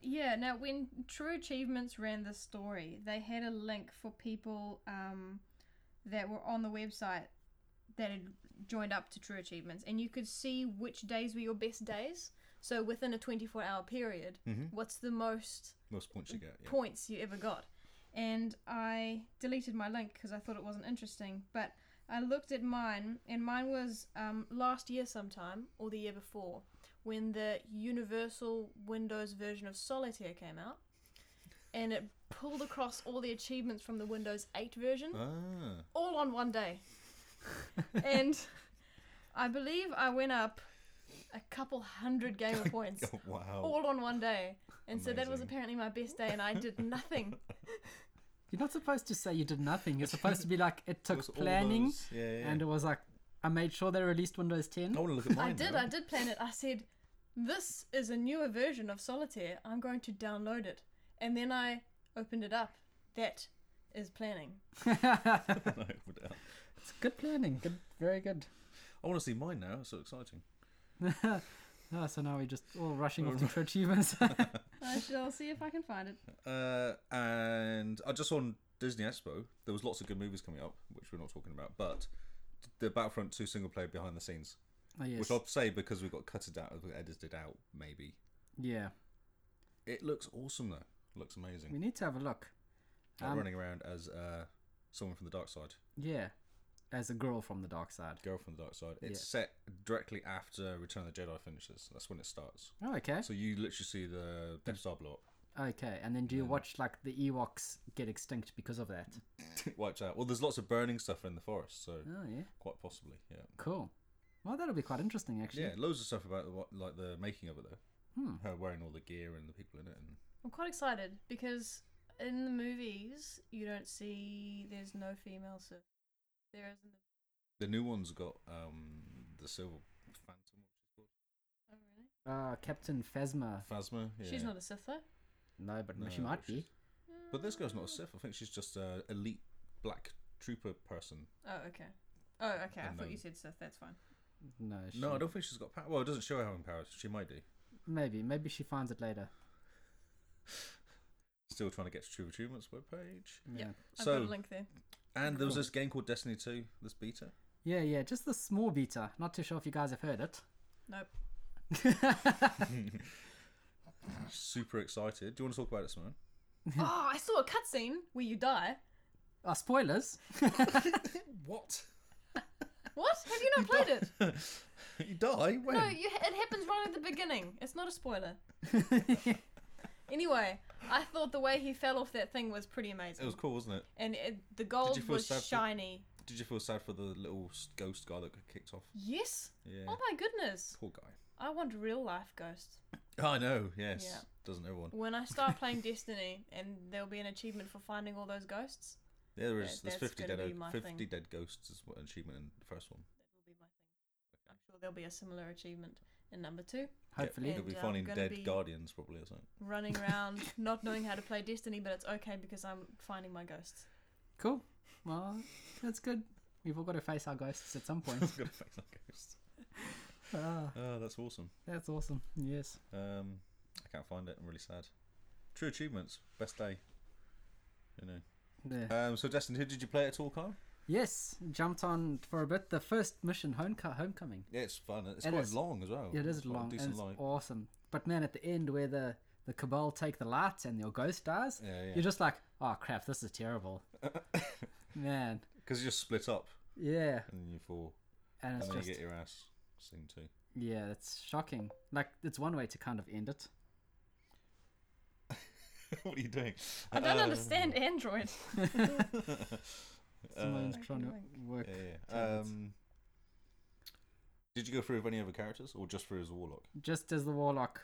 Speaker 3: Yeah, now when True Achievements ran this story, they had a link for people um, that were on the website that had joined up to True Achievements, and you could see which days were your best days. So within a 24 hour period, what's the most
Speaker 2: Most points you get. Yeah.
Speaker 3: points you ever got? And I deleted my link because I thought it wasn't interesting, but I looked at mine, and mine was um, last year sometime or the year before when the Universal Windows version of Solitaire came out, and it pulled across all the achievements from the Windows 8 version
Speaker 2: Ah,
Speaker 3: all on one day. and I believe I went up a couple hundred gamer points
Speaker 2: oh, wow.
Speaker 3: all on one day. And so that was
Speaker 2: Amazing.
Speaker 3: apparently my best day, and I did nothing.
Speaker 1: You're not supposed to say you did nothing. You're supposed to be like, it
Speaker 2: It
Speaker 1: took
Speaker 2: was all
Speaker 1: planning,
Speaker 2: those- Yeah, yeah.
Speaker 1: and it was like, I made sure they released Windows 10.
Speaker 2: I want to look at mine.
Speaker 3: I did,
Speaker 2: now.
Speaker 3: I did plan it. I said, This is a newer version of Solitaire. I'm going to download it. And then I opened it up. That is planning.
Speaker 2: No, no doubt.
Speaker 1: It's good planning. Good, very good.
Speaker 2: I want to see mine now. It's so exciting.
Speaker 1: Oh, so now we're just all rushing off to True Achievements.
Speaker 3: I shall see if I can find it.
Speaker 2: Uh, and I just on Disney Expo, there was lots of good movies coming up, which we're not talking about, but the Battlefront 2 single player behind the scenes,
Speaker 1: oh, yes.
Speaker 2: which I'll say because we got cut it out, we edited out, maybe.
Speaker 1: Yeah,
Speaker 2: It looks awesome though. Looks amazing.
Speaker 1: we need to have a look.
Speaker 2: Like
Speaker 1: um,
Speaker 2: running around as uh, someone from the dark side,
Speaker 1: Yeah, as a girl from the dark side.
Speaker 2: girl from the dark side. It's
Speaker 1: Yeah.
Speaker 2: set directly after Return of the Jedi finishes. That's when it starts.
Speaker 1: Oh, okay.
Speaker 2: So you literally see the Death Star blow up.
Speaker 1: Okay, and then do you watch like the Ewoks get extinct because of that?
Speaker 2: It wipes out. Well, there's lots of burning stuff in the forest, so
Speaker 1: Oh yeah,
Speaker 2: quite possibly, yeah.
Speaker 1: cool. Well, that'll be quite interesting actually.
Speaker 2: Yeah, loads of stuff about the, what- like the making of it though. Her wearing all the gear and the people in it, and
Speaker 3: I'm quite excited because in the movies you don't see there's no female so there is in the
Speaker 2: the new one's got um the silver phantom,
Speaker 3: oh, really?
Speaker 1: Uh, Captain Phasma.
Speaker 2: phasma. Yeah.
Speaker 3: She's not a Sith though.
Speaker 1: No, but
Speaker 2: No,
Speaker 1: she might be.
Speaker 2: she's- But this girl's not a Sith. I think she's just a elite black trooper person.
Speaker 3: Oh okay. Oh okay. I
Speaker 2: And
Speaker 3: thought
Speaker 2: then-
Speaker 3: you said Sith. That's fine.
Speaker 1: No, she,
Speaker 2: No, I don't think she's got power. Well, it doesn't show her having powers. She might do.
Speaker 1: Maybe, maybe she finds it later.
Speaker 2: Still trying to get to True Achievements webpage.
Speaker 3: Yeah.
Speaker 1: Yeah.
Speaker 3: I've
Speaker 2: So-
Speaker 3: got a link there.
Speaker 2: And there was this game called Destiny 2, this beta.
Speaker 1: Yeah, yeah, just the small beta. Not too sure if you guys have heard it.
Speaker 3: Nope.
Speaker 2: Super excited. Do you want to talk about it, Simone?
Speaker 3: oh, I saw a cutscene where you die.
Speaker 1: Uh, spoilers.
Speaker 2: What?
Speaker 3: What? Have you not played it?
Speaker 2: you die? When?
Speaker 3: No, you, it happens right at the beginning. It's not a spoiler. anyway, I thought the way he fell off that thing was pretty amazing.
Speaker 2: It was cool, wasn't it?
Speaker 3: and it, the gold
Speaker 2: feel
Speaker 3: was
Speaker 2: sad for-
Speaker 3: shiny.
Speaker 2: Did you feel sad for the little s- ghost guy that got kicked off?
Speaker 3: Yes.
Speaker 2: Yeah.
Speaker 3: Oh my goodness.
Speaker 2: Poor guy.
Speaker 3: I want real life ghosts.
Speaker 2: I know, yes.
Speaker 3: Yeah.
Speaker 2: Doesn't everyone?
Speaker 3: When I start playing Destiny, and there'll be an achievement for finding all those ghosts.
Speaker 2: Yeah, there is.
Speaker 3: Yeah,
Speaker 2: There's
Speaker 3: that's
Speaker 2: 50
Speaker 3: gonna
Speaker 2: dead,
Speaker 3: be my
Speaker 2: 50
Speaker 3: thing.
Speaker 2: dead ghosts is what an achievement in the first one.
Speaker 3: That will be my thing. I'm sure there'll be a similar achievement in number two.
Speaker 1: Hopefully.
Speaker 2: Yeah, you'll be
Speaker 3: And, um,
Speaker 2: finding
Speaker 3: gonna
Speaker 2: dead
Speaker 3: be-
Speaker 2: guardians, probably, or something.
Speaker 3: Running around, not knowing how to play Destiny, but it's okay because I'm finding my ghosts.
Speaker 1: Cool. Well, that's good. We've all got to face our ghosts at some point.
Speaker 2: Gotta face that ghost.
Speaker 1: Ah,
Speaker 2: Oh, that's awesome.
Speaker 1: that's awesome. Yes.
Speaker 2: Um, I can't find it. I'm really sad. True achievements, best day. You know.
Speaker 1: There.
Speaker 2: Um, so Destin, who did you play at all, Kyle?
Speaker 1: Yes, jumped on for a bit. The first mission, Homeco- Homecoming.
Speaker 2: Yeah, it's fun. It's
Speaker 1: It
Speaker 2: quite
Speaker 1: is.
Speaker 2: long as Oh, well.
Speaker 1: Yeah, it is
Speaker 2: It's quite a
Speaker 1: long and
Speaker 2: Decent
Speaker 1: it's
Speaker 2: long.
Speaker 1: awesome. But man, at the end where the the cabal take the lights and your ghost dies,
Speaker 2: Yeah, yeah.
Speaker 1: you're just like, oh crap, this is terrible. man,
Speaker 2: Because you just split up
Speaker 1: yeah,
Speaker 2: and you fall,
Speaker 1: and it's
Speaker 2: and then
Speaker 1: just
Speaker 2: you get your ass seen too.
Speaker 1: yeah, it's shocking. Like it's one way to kind of end it.
Speaker 2: what are you doing?
Speaker 3: I
Speaker 2: um,
Speaker 3: don't understand Android.
Speaker 1: Someone's trying to
Speaker 3: Like-
Speaker 1: work.
Speaker 2: Uh, Yeah, yeah.
Speaker 1: towards-
Speaker 2: Um, did you go through with any other characters, or just through as a warlock?
Speaker 1: just as the warlock,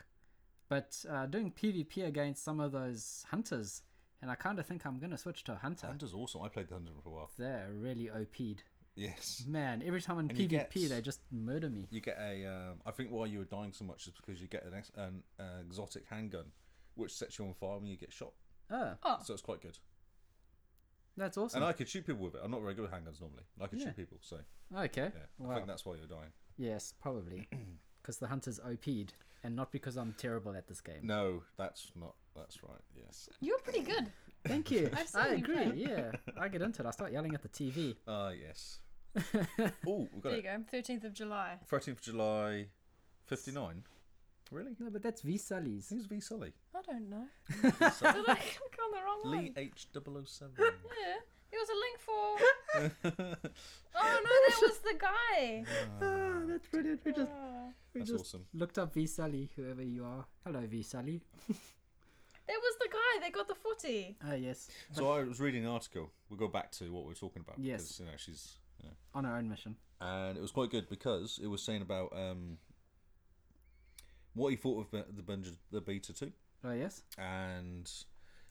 Speaker 1: but uh, doing PvP against some of those hunters. and I kind of think I'm gonna switch to Hunter.
Speaker 2: Hunter's awesome. I played the Hunter for a while.
Speaker 1: They're really OP'd.
Speaker 2: Yes.
Speaker 1: Man, every time in
Speaker 2: And you
Speaker 1: PvP
Speaker 2: get-
Speaker 1: they just murder me.
Speaker 2: You get a. Um, I think why you were dying so much is because you get an, ex- an uh, exotic handgun, which sets you on fire when you get shot.
Speaker 1: Oh,
Speaker 3: Oh,
Speaker 2: So it's quite good.
Speaker 1: that's
Speaker 2: And
Speaker 1: awesome.
Speaker 2: I could shoot people with it. I'm not very good with handguns normally. I could
Speaker 1: Yeah.
Speaker 2: shoot people, so
Speaker 1: okay.
Speaker 2: yeah. I
Speaker 1: wow.
Speaker 2: think that's why you're dying.
Speaker 1: Yes, probably. Because the hunter's OP'd, and not because I'm terrible at this game.
Speaker 2: No, that's not. That's right. Yes.
Speaker 3: you're pretty good.
Speaker 1: Thank you.
Speaker 3: I've seen
Speaker 1: I
Speaker 3: you play.
Speaker 1: agree. Yeah, I get into it. I start yelling at the TV.
Speaker 2: Ah, yes. oh, we got
Speaker 3: There you
Speaker 2: it.
Speaker 3: go. Thirteenth of July.
Speaker 2: 13th of July, 59. Really?
Speaker 1: No, but that's V Sully's.
Speaker 2: Who's V Sully?
Speaker 3: I don't know.
Speaker 2: V. Sully?
Speaker 3: Did I click on the wrong
Speaker 2: Lee
Speaker 3: one?
Speaker 2: H 007.
Speaker 3: Yeah. There was a link for. Oh no, that was the guy.
Speaker 1: Ah, that's brilliant. We just
Speaker 3: Ah.
Speaker 1: we
Speaker 2: That's
Speaker 1: just
Speaker 2: awesome.
Speaker 1: looked up V Sully, whoever you are. Hello, V Sully.
Speaker 3: That was the guy that got the footy.
Speaker 1: Ah, yes,
Speaker 2: So I was reading an article. We'll go back to what we were talking about.
Speaker 1: Yes.
Speaker 2: Because, you know, she's. Yeah.
Speaker 1: on our own mission.
Speaker 2: And it was quite good because it was saying about um, what he thought of the- the, Bunge- the Beta 2.
Speaker 1: Oh yes.
Speaker 2: And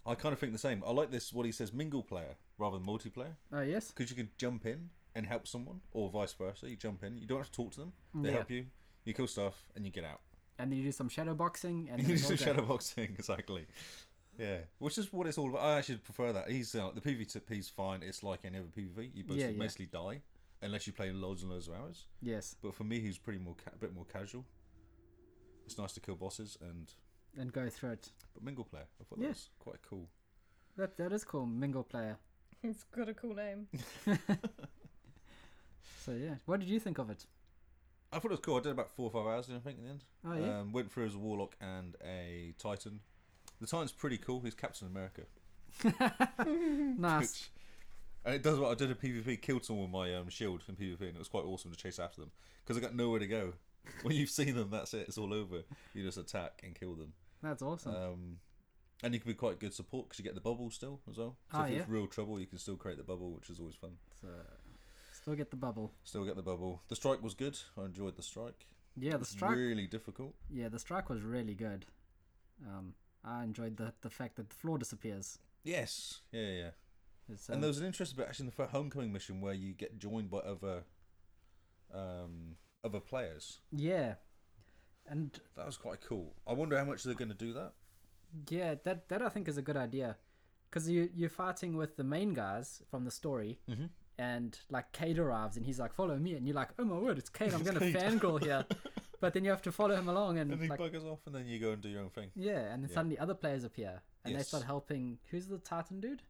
Speaker 2: I kind of think the same. I like this, what he says, mingle player rather than multiplayer.
Speaker 1: Oh yes.
Speaker 2: because you can jump in and help someone, or vice versa. You jump in, you don't have to talk to them. They
Speaker 1: Mm. Yeah.
Speaker 2: help you. You kill stuff, and you get out.
Speaker 1: And then you do some shadow boxing and then
Speaker 2: You do
Speaker 1: it's all
Speaker 2: some
Speaker 1: done.
Speaker 2: shadow boxing, exactly. Yeah, which is what it's all about. I actually prefer that. He's uh, the PvP's fine. It's like any other PvP. You
Speaker 1: Yeah,
Speaker 2: basically,
Speaker 1: yeah.
Speaker 2: mostly die unless you play loads and loads of hours.
Speaker 1: Yes,
Speaker 2: But for me, he's pretty more ca- a bit more casual. It's nice to kill bosses and
Speaker 1: and go through it.
Speaker 2: but mingle player. I thought that
Speaker 1: Yeah.
Speaker 2: was quite cool.
Speaker 1: That that is cool. Mingle player.
Speaker 3: It's got a cool name.
Speaker 1: So yeah, what did you think of it?
Speaker 2: I thought it was cool. I did about four or five hours, I think, in the end.
Speaker 1: Oh yeah.
Speaker 2: Um, went through as a warlock and a titan. The titan's pretty cool. He's Captain America.
Speaker 1: nice.
Speaker 2: Which- and it does what I did in PvP. Killed someone with my um, shield in PvP, and it was quite awesome to chase after them because I got nowhere to go. when you've seen them, that's it. It's all over. You just attack and kill them.
Speaker 1: That's awesome.
Speaker 2: Um, and you can be quite good support because you get the bubble still as well. So
Speaker 1: Ah,
Speaker 2: if it's
Speaker 1: yeah.
Speaker 2: real trouble, you can still create the bubble, which is always fun.
Speaker 1: so still get the bubble.
Speaker 2: Still get the bubble. The strike was good. I enjoyed the strike.
Speaker 1: Yeah, the
Speaker 2: It's
Speaker 1: strike.
Speaker 2: really difficult.
Speaker 1: Yeah, the strike was really good. Um, I enjoyed the the fact that the floor disappears.
Speaker 2: Yes. Yeah, yeah. yeah.
Speaker 1: It's, um,
Speaker 2: And there was an interesting bit actually in the homecoming mission where you get joined by other, um, other players.
Speaker 1: yeah, and
Speaker 2: That was quite cool. I wonder how much they're going to do that.
Speaker 1: yeah, that that I think is a good idea, because you you're fighting with the main guys from the story,
Speaker 2: Mhm.
Speaker 1: and like Cade arrives and he's like, "Follow me," and you're like, "Oh my word, it's Cade! I'm
Speaker 2: It's
Speaker 1: gonna
Speaker 2: Cade."
Speaker 1: fangirl here," but then you have to follow him along and,
Speaker 2: And he
Speaker 1: like,
Speaker 2: buggers off, and then you go and do your own thing.
Speaker 1: yeah, and then
Speaker 2: Yeah.
Speaker 1: suddenly other players appear and they
Speaker 2: Yes.
Speaker 1: start helping. Who's the Titan dude?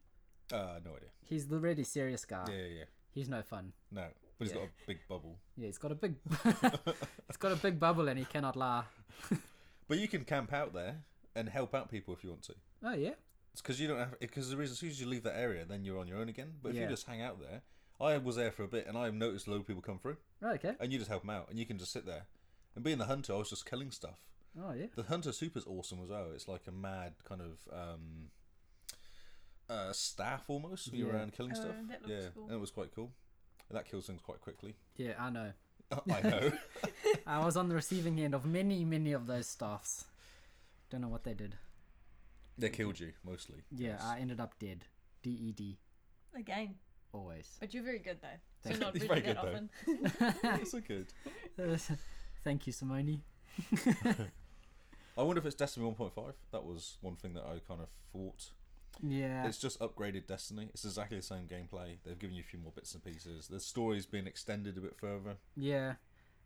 Speaker 2: Uh, no idea.
Speaker 1: He's the really serious guy.
Speaker 2: Yeah, yeah, yeah.
Speaker 1: He's no fun.
Speaker 2: No, but he's
Speaker 1: Ah. Yeah.
Speaker 2: got a big bubble.
Speaker 1: Yeah, he's got a big, he's got a big bubble and he cannot lie.
Speaker 2: But you can camp out there and help out people if you want to.
Speaker 1: Oh yeah.
Speaker 2: It's because you don't have. Because the reason, as soon as you leave that area, then you're on your own again. But if
Speaker 1: Yeah.
Speaker 2: you just hang out there, I was there for a bit, and I noticed a load of people come through,
Speaker 1: Oh, okay.
Speaker 2: and you just help them out, and you can just sit there. And being the hunter, I was just killing stuff.
Speaker 1: Oh yeah.
Speaker 2: The hunter super's awesome as well. It's like a mad kind of um, uh, staff almost. You're
Speaker 1: Yeah.
Speaker 2: around killing
Speaker 3: Oh,
Speaker 2: stuff.
Speaker 3: that looks
Speaker 2: yeah,
Speaker 3: cool.
Speaker 2: and it was quite cool. And that kills things quite quickly.
Speaker 1: Yeah, I know.
Speaker 2: I know.
Speaker 1: I was on the receiving end of many, many of those staffs. Don't know what they did.
Speaker 2: They killed you mostly.
Speaker 1: Yeah,
Speaker 2: Yes.
Speaker 1: I ended up dead. D E D
Speaker 3: Again.
Speaker 1: always.
Speaker 3: But you're very good though.
Speaker 1: Thank you.
Speaker 3: So not
Speaker 2: He's
Speaker 3: really
Speaker 2: very
Speaker 3: that
Speaker 2: good, though.
Speaker 3: often.
Speaker 2: That's so good.
Speaker 1: Thank you, Simone.
Speaker 2: I wonder if it's Destiny 1.5. That was one thing that I kind of thought.
Speaker 1: Yeah.
Speaker 2: It's just upgraded Destiny. It's exactly the same gameplay. They've given you a few more bits and pieces. The story's been extended a bit further.
Speaker 1: Yeah.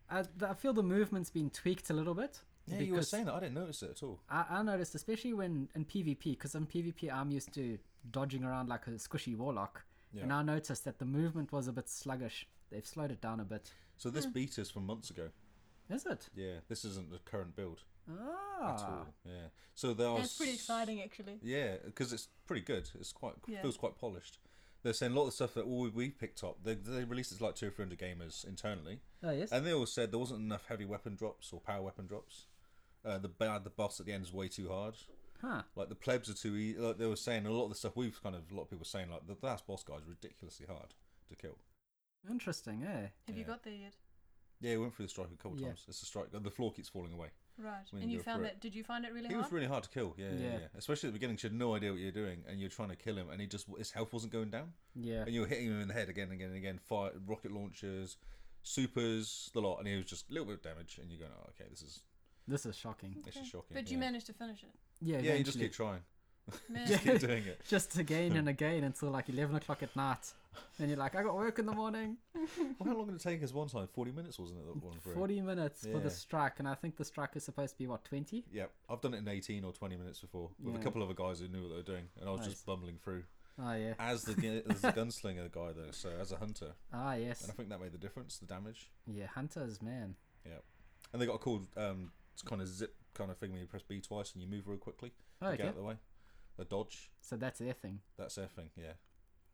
Speaker 1: I, th- I feel the movement's been tweaked a little bit.
Speaker 2: Yeah, you were
Speaker 1: because
Speaker 2: saying that. I didn't notice it at all.
Speaker 1: I, I noticed, especially when in PvP, because in PvP I'm used to dodging around like a squishy warlock, and
Speaker 2: Yeah.
Speaker 1: I noticed that the movement was a bit sluggish. They've slowed it down a bit.
Speaker 2: So this beta's from months ago.
Speaker 1: Is it?
Speaker 2: Yeah, this isn't the current build at
Speaker 1: Ah.
Speaker 2: all. Yeah. So there are.
Speaker 3: That's pretty
Speaker 2: s-
Speaker 3: exciting actually.
Speaker 2: Yeah, because it's pretty good. It's quite
Speaker 3: Yeah.
Speaker 2: feels quite polished. They're saying a lot of the stuff that all we picked up. They, they released it to like two or three hundred gamers internally,
Speaker 1: Oh yes.
Speaker 2: and they all said there wasn't enough heavy weapon drops or power weapon drops. Uh, the bad the boss at the end is way too hard.
Speaker 1: Huh.
Speaker 2: Like the plebs are too easy. Like they were saying a lot of the stuff we've kind of a lot of people saying like the last boss guy is ridiculously hard to kill.
Speaker 1: Interesting, eh?
Speaker 3: Have you
Speaker 2: Yeah.
Speaker 3: got there yet?
Speaker 2: Yeah, we went through the strike a couple
Speaker 1: Yeah.
Speaker 2: times. It's a strike. The floor keeps falling away.
Speaker 3: Right. and
Speaker 2: We can
Speaker 3: you
Speaker 2: go
Speaker 3: found
Speaker 2: for it.
Speaker 3: that? Did you find it really
Speaker 2: He was
Speaker 3: hard?
Speaker 2: really hard to kill. Yeah, yeah,
Speaker 1: Yeah.
Speaker 2: yeah. Especially at the beginning, 'cause you had no idea what you were doing, and you're trying to kill him, and he just his health wasn't going down,
Speaker 1: Yeah.
Speaker 2: and you were hitting him in the head again and again and again. Fire, rocket launchers, supers, the lot, and he was just a little bit of damage, and you're going, "Oh, okay, this is
Speaker 1: This is shocking.
Speaker 2: this is shocking."
Speaker 3: but
Speaker 2: yeah.
Speaker 3: you managed to finish it.
Speaker 1: Yeah.
Speaker 2: Yeah,
Speaker 1: eventually.
Speaker 2: you just keep trying,
Speaker 3: Man,
Speaker 2: just keep doing it.
Speaker 1: Just again and again until like eleven o'clock at night. Then you're like, I got work in the morning.
Speaker 2: Well, how long did it take us one time? Forty minutes, wasn't it? That one for
Speaker 1: Forty minutes for
Speaker 2: Yeah.
Speaker 1: the strike, and I think the strike is supposed to be what twenty.
Speaker 2: Yeah, I've done it in eighteen or twenty minutes before with
Speaker 1: Yeah.
Speaker 2: a couple of other guys who knew what they were doing, and I was just bumbling through
Speaker 1: Oh yeah.
Speaker 2: as the gu- as the gunslinger guy though, so as a hunter,
Speaker 1: Ah yes.
Speaker 2: and I think that made the difference, the damage.
Speaker 1: Yeah, hunters, man.
Speaker 2: And they got a cool um, kind of zip kind of thing where you press B twice and you move real quickly
Speaker 1: Oh,
Speaker 2: to get
Speaker 1: okay.
Speaker 2: out of the way. A dodge,
Speaker 1: So that's their thing.
Speaker 2: that's their thing, yeah.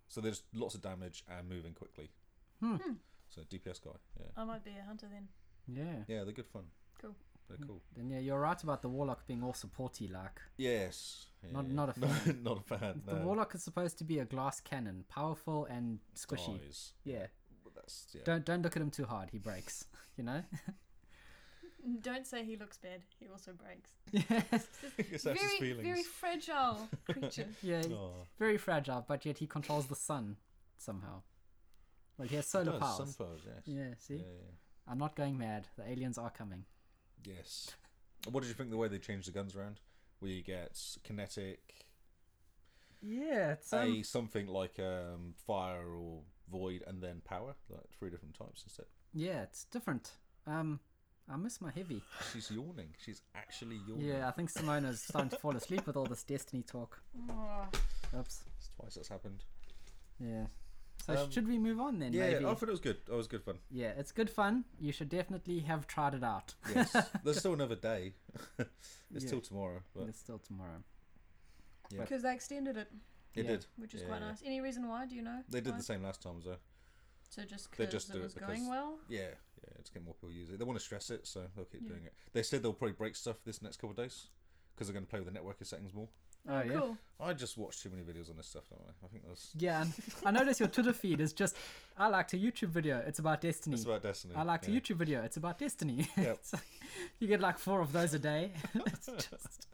Speaker 2: So there's lots of damage and moving quickly.
Speaker 1: Hmm.
Speaker 3: Hmm.
Speaker 2: So DPS guy, yeah,
Speaker 3: I might be a hunter then.
Speaker 1: Yeah.
Speaker 2: yeah, they're good fun.
Speaker 3: Cool.
Speaker 2: They're cool.
Speaker 1: Then yeah, you're right about the warlock being all supporty like.
Speaker 2: Yes.
Speaker 1: Not-
Speaker 2: yeah.
Speaker 1: not a
Speaker 2: No, not a fan.
Speaker 1: The
Speaker 2: no.
Speaker 1: warlock is supposed to be a glass cannon, powerful and squishy.
Speaker 2: Dies.
Speaker 1: Yeah.
Speaker 2: But That's yeah.
Speaker 1: Don't don't look at him too hard. He breaks. You know.
Speaker 3: Don't say he looks bad. He also breaks.
Speaker 1: yes.
Speaker 2: Yes, that's his
Speaker 3: very,
Speaker 2: feelings.
Speaker 3: very fragile creature.
Speaker 1: Yeah. he's
Speaker 2: Aw.
Speaker 1: Very fragile, but yet he controls the sun somehow. Like he has solar
Speaker 2: Does,
Speaker 1: powers.
Speaker 2: Sun powers, yes.
Speaker 1: Yeah. See,
Speaker 2: Yeah, yeah.
Speaker 1: I'm not going mad. The aliens are coming.
Speaker 2: Yes. What did you think the way they changed the guns around? Where you get kinetic,
Speaker 1: Yeah. It's
Speaker 2: a something like um, fire or void, and then power, like three different types instead.
Speaker 1: yeah. It's different. Um, I miss my heavy.
Speaker 2: She's yawning. She's actually yawning.
Speaker 1: Yeah, I think Simona's starting to fall asleep with all this Destiny talk.
Speaker 3: Oh,
Speaker 1: Oops.
Speaker 2: It's twice that's happened.
Speaker 1: Yeah. So
Speaker 2: Um,
Speaker 1: should we move on then?
Speaker 2: Yeah,
Speaker 1: maybe.
Speaker 2: I thought it was good. That was good fun.
Speaker 1: Yeah, it's good fun. You should definitely have tried it out.
Speaker 2: Yes. There's still another day. it's
Speaker 1: Yeah.
Speaker 2: till tomorrow, but
Speaker 1: It's still tomorrow.
Speaker 2: Yeah.
Speaker 3: because they extended it,
Speaker 2: it
Speaker 1: Yeah.
Speaker 2: did.
Speaker 3: which is
Speaker 2: Yeah,
Speaker 3: quite
Speaker 2: yeah.
Speaker 3: nice. Any reason why? Do you know?
Speaker 2: They did
Speaker 3: why?
Speaker 2: the same last time, so
Speaker 3: So just
Speaker 2: They
Speaker 3: because
Speaker 2: just
Speaker 3: it
Speaker 2: do it
Speaker 3: was
Speaker 2: because- Ah,
Speaker 3: going well.
Speaker 2: yeah, yeah. It's getting more people use it. They want to stress it, so they'll keep
Speaker 3: Yeah.
Speaker 2: doing it. They said they'll probably break stuff this next couple of days because they're going to play with the networker settings more.
Speaker 1: Oh, yeah.
Speaker 3: Cool.
Speaker 2: I just watch too many videos on this stuff, don't I? I think that's
Speaker 1: Yeah, and I notice your Twitter feed is just, I liked a YouTube video. It's about Destiny.
Speaker 2: that's about Destiny.
Speaker 1: I liked
Speaker 2: yeah.
Speaker 1: a YouTube video. It's about Destiny.
Speaker 2: Yep.
Speaker 1: It's like- you get like four of those a day. it's just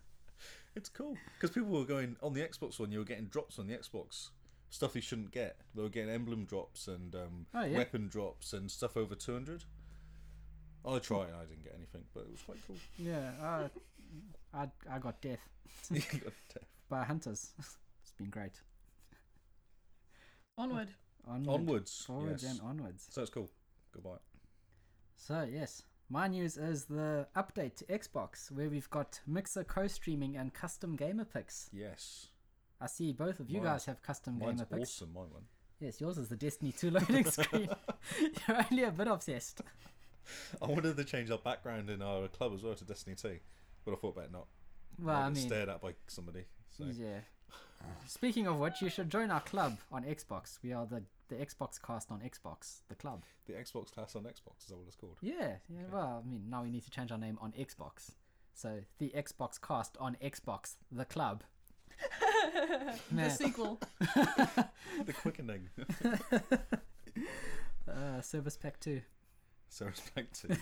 Speaker 2: It's cool because people were going on the Xbox one. You were getting drops on the Xbox stuff you shouldn't get. They were getting emblem drops and um,
Speaker 1: Oh, yeah.
Speaker 2: weapon drops and stuff over two hundred. I tried and I didn't get anything, but it was quite cool.
Speaker 1: yeah. Uh, I I got death by hunters. It's been great.
Speaker 3: Onward.
Speaker 1: Onward,
Speaker 2: Onwards,
Speaker 1: forwards,
Speaker 2: yes.
Speaker 1: and onwards.
Speaker 2: so it's cool. Goodbye.
Speaker 1: So yes, my news is the update to Xbox, where we've got Mixer co-streaming and custom gamer picks.
Speaker 2: Yes,
Speaker 1: I see both of you
Speaker 2: Mine's-
Speaker 1: guys have custom
Speaker 2: mine's
Speaker 1: gamer picks.
Speaker 2: awesome. My one.
Speaker 1: Yes, yours is the Destiny 2 loading screen. You're only a bit obsessed.
Speaker 2: I wanted to change our background in our club as well to Destiny Two, but I thought better not.
Speaker 1: Well,
Speaker 2: I'll
Speaker 1: I
Speaker 2: get
Speaker 1: mean,
Speaker 2: stared at by somebody. So
Speaker 1: yeah. Speaking of which, you should join our club on Xbox. We are the the Xbox cast on Xbox, the club.
Speaker 2: the Xbox class on Xbox is that what it's called?
Speaker 1: Yeah, yeah. Well, I mean, now we need to change our name on Xbox. So the Xbox cast on Xbox, the club.
Speaker 3: The
Speaker 1: Man,
Speaker 3: sequel.
Speaker 2: the quickening.
Speaker 1: uh, Service Pack 2.
Speaker 2: so respect to.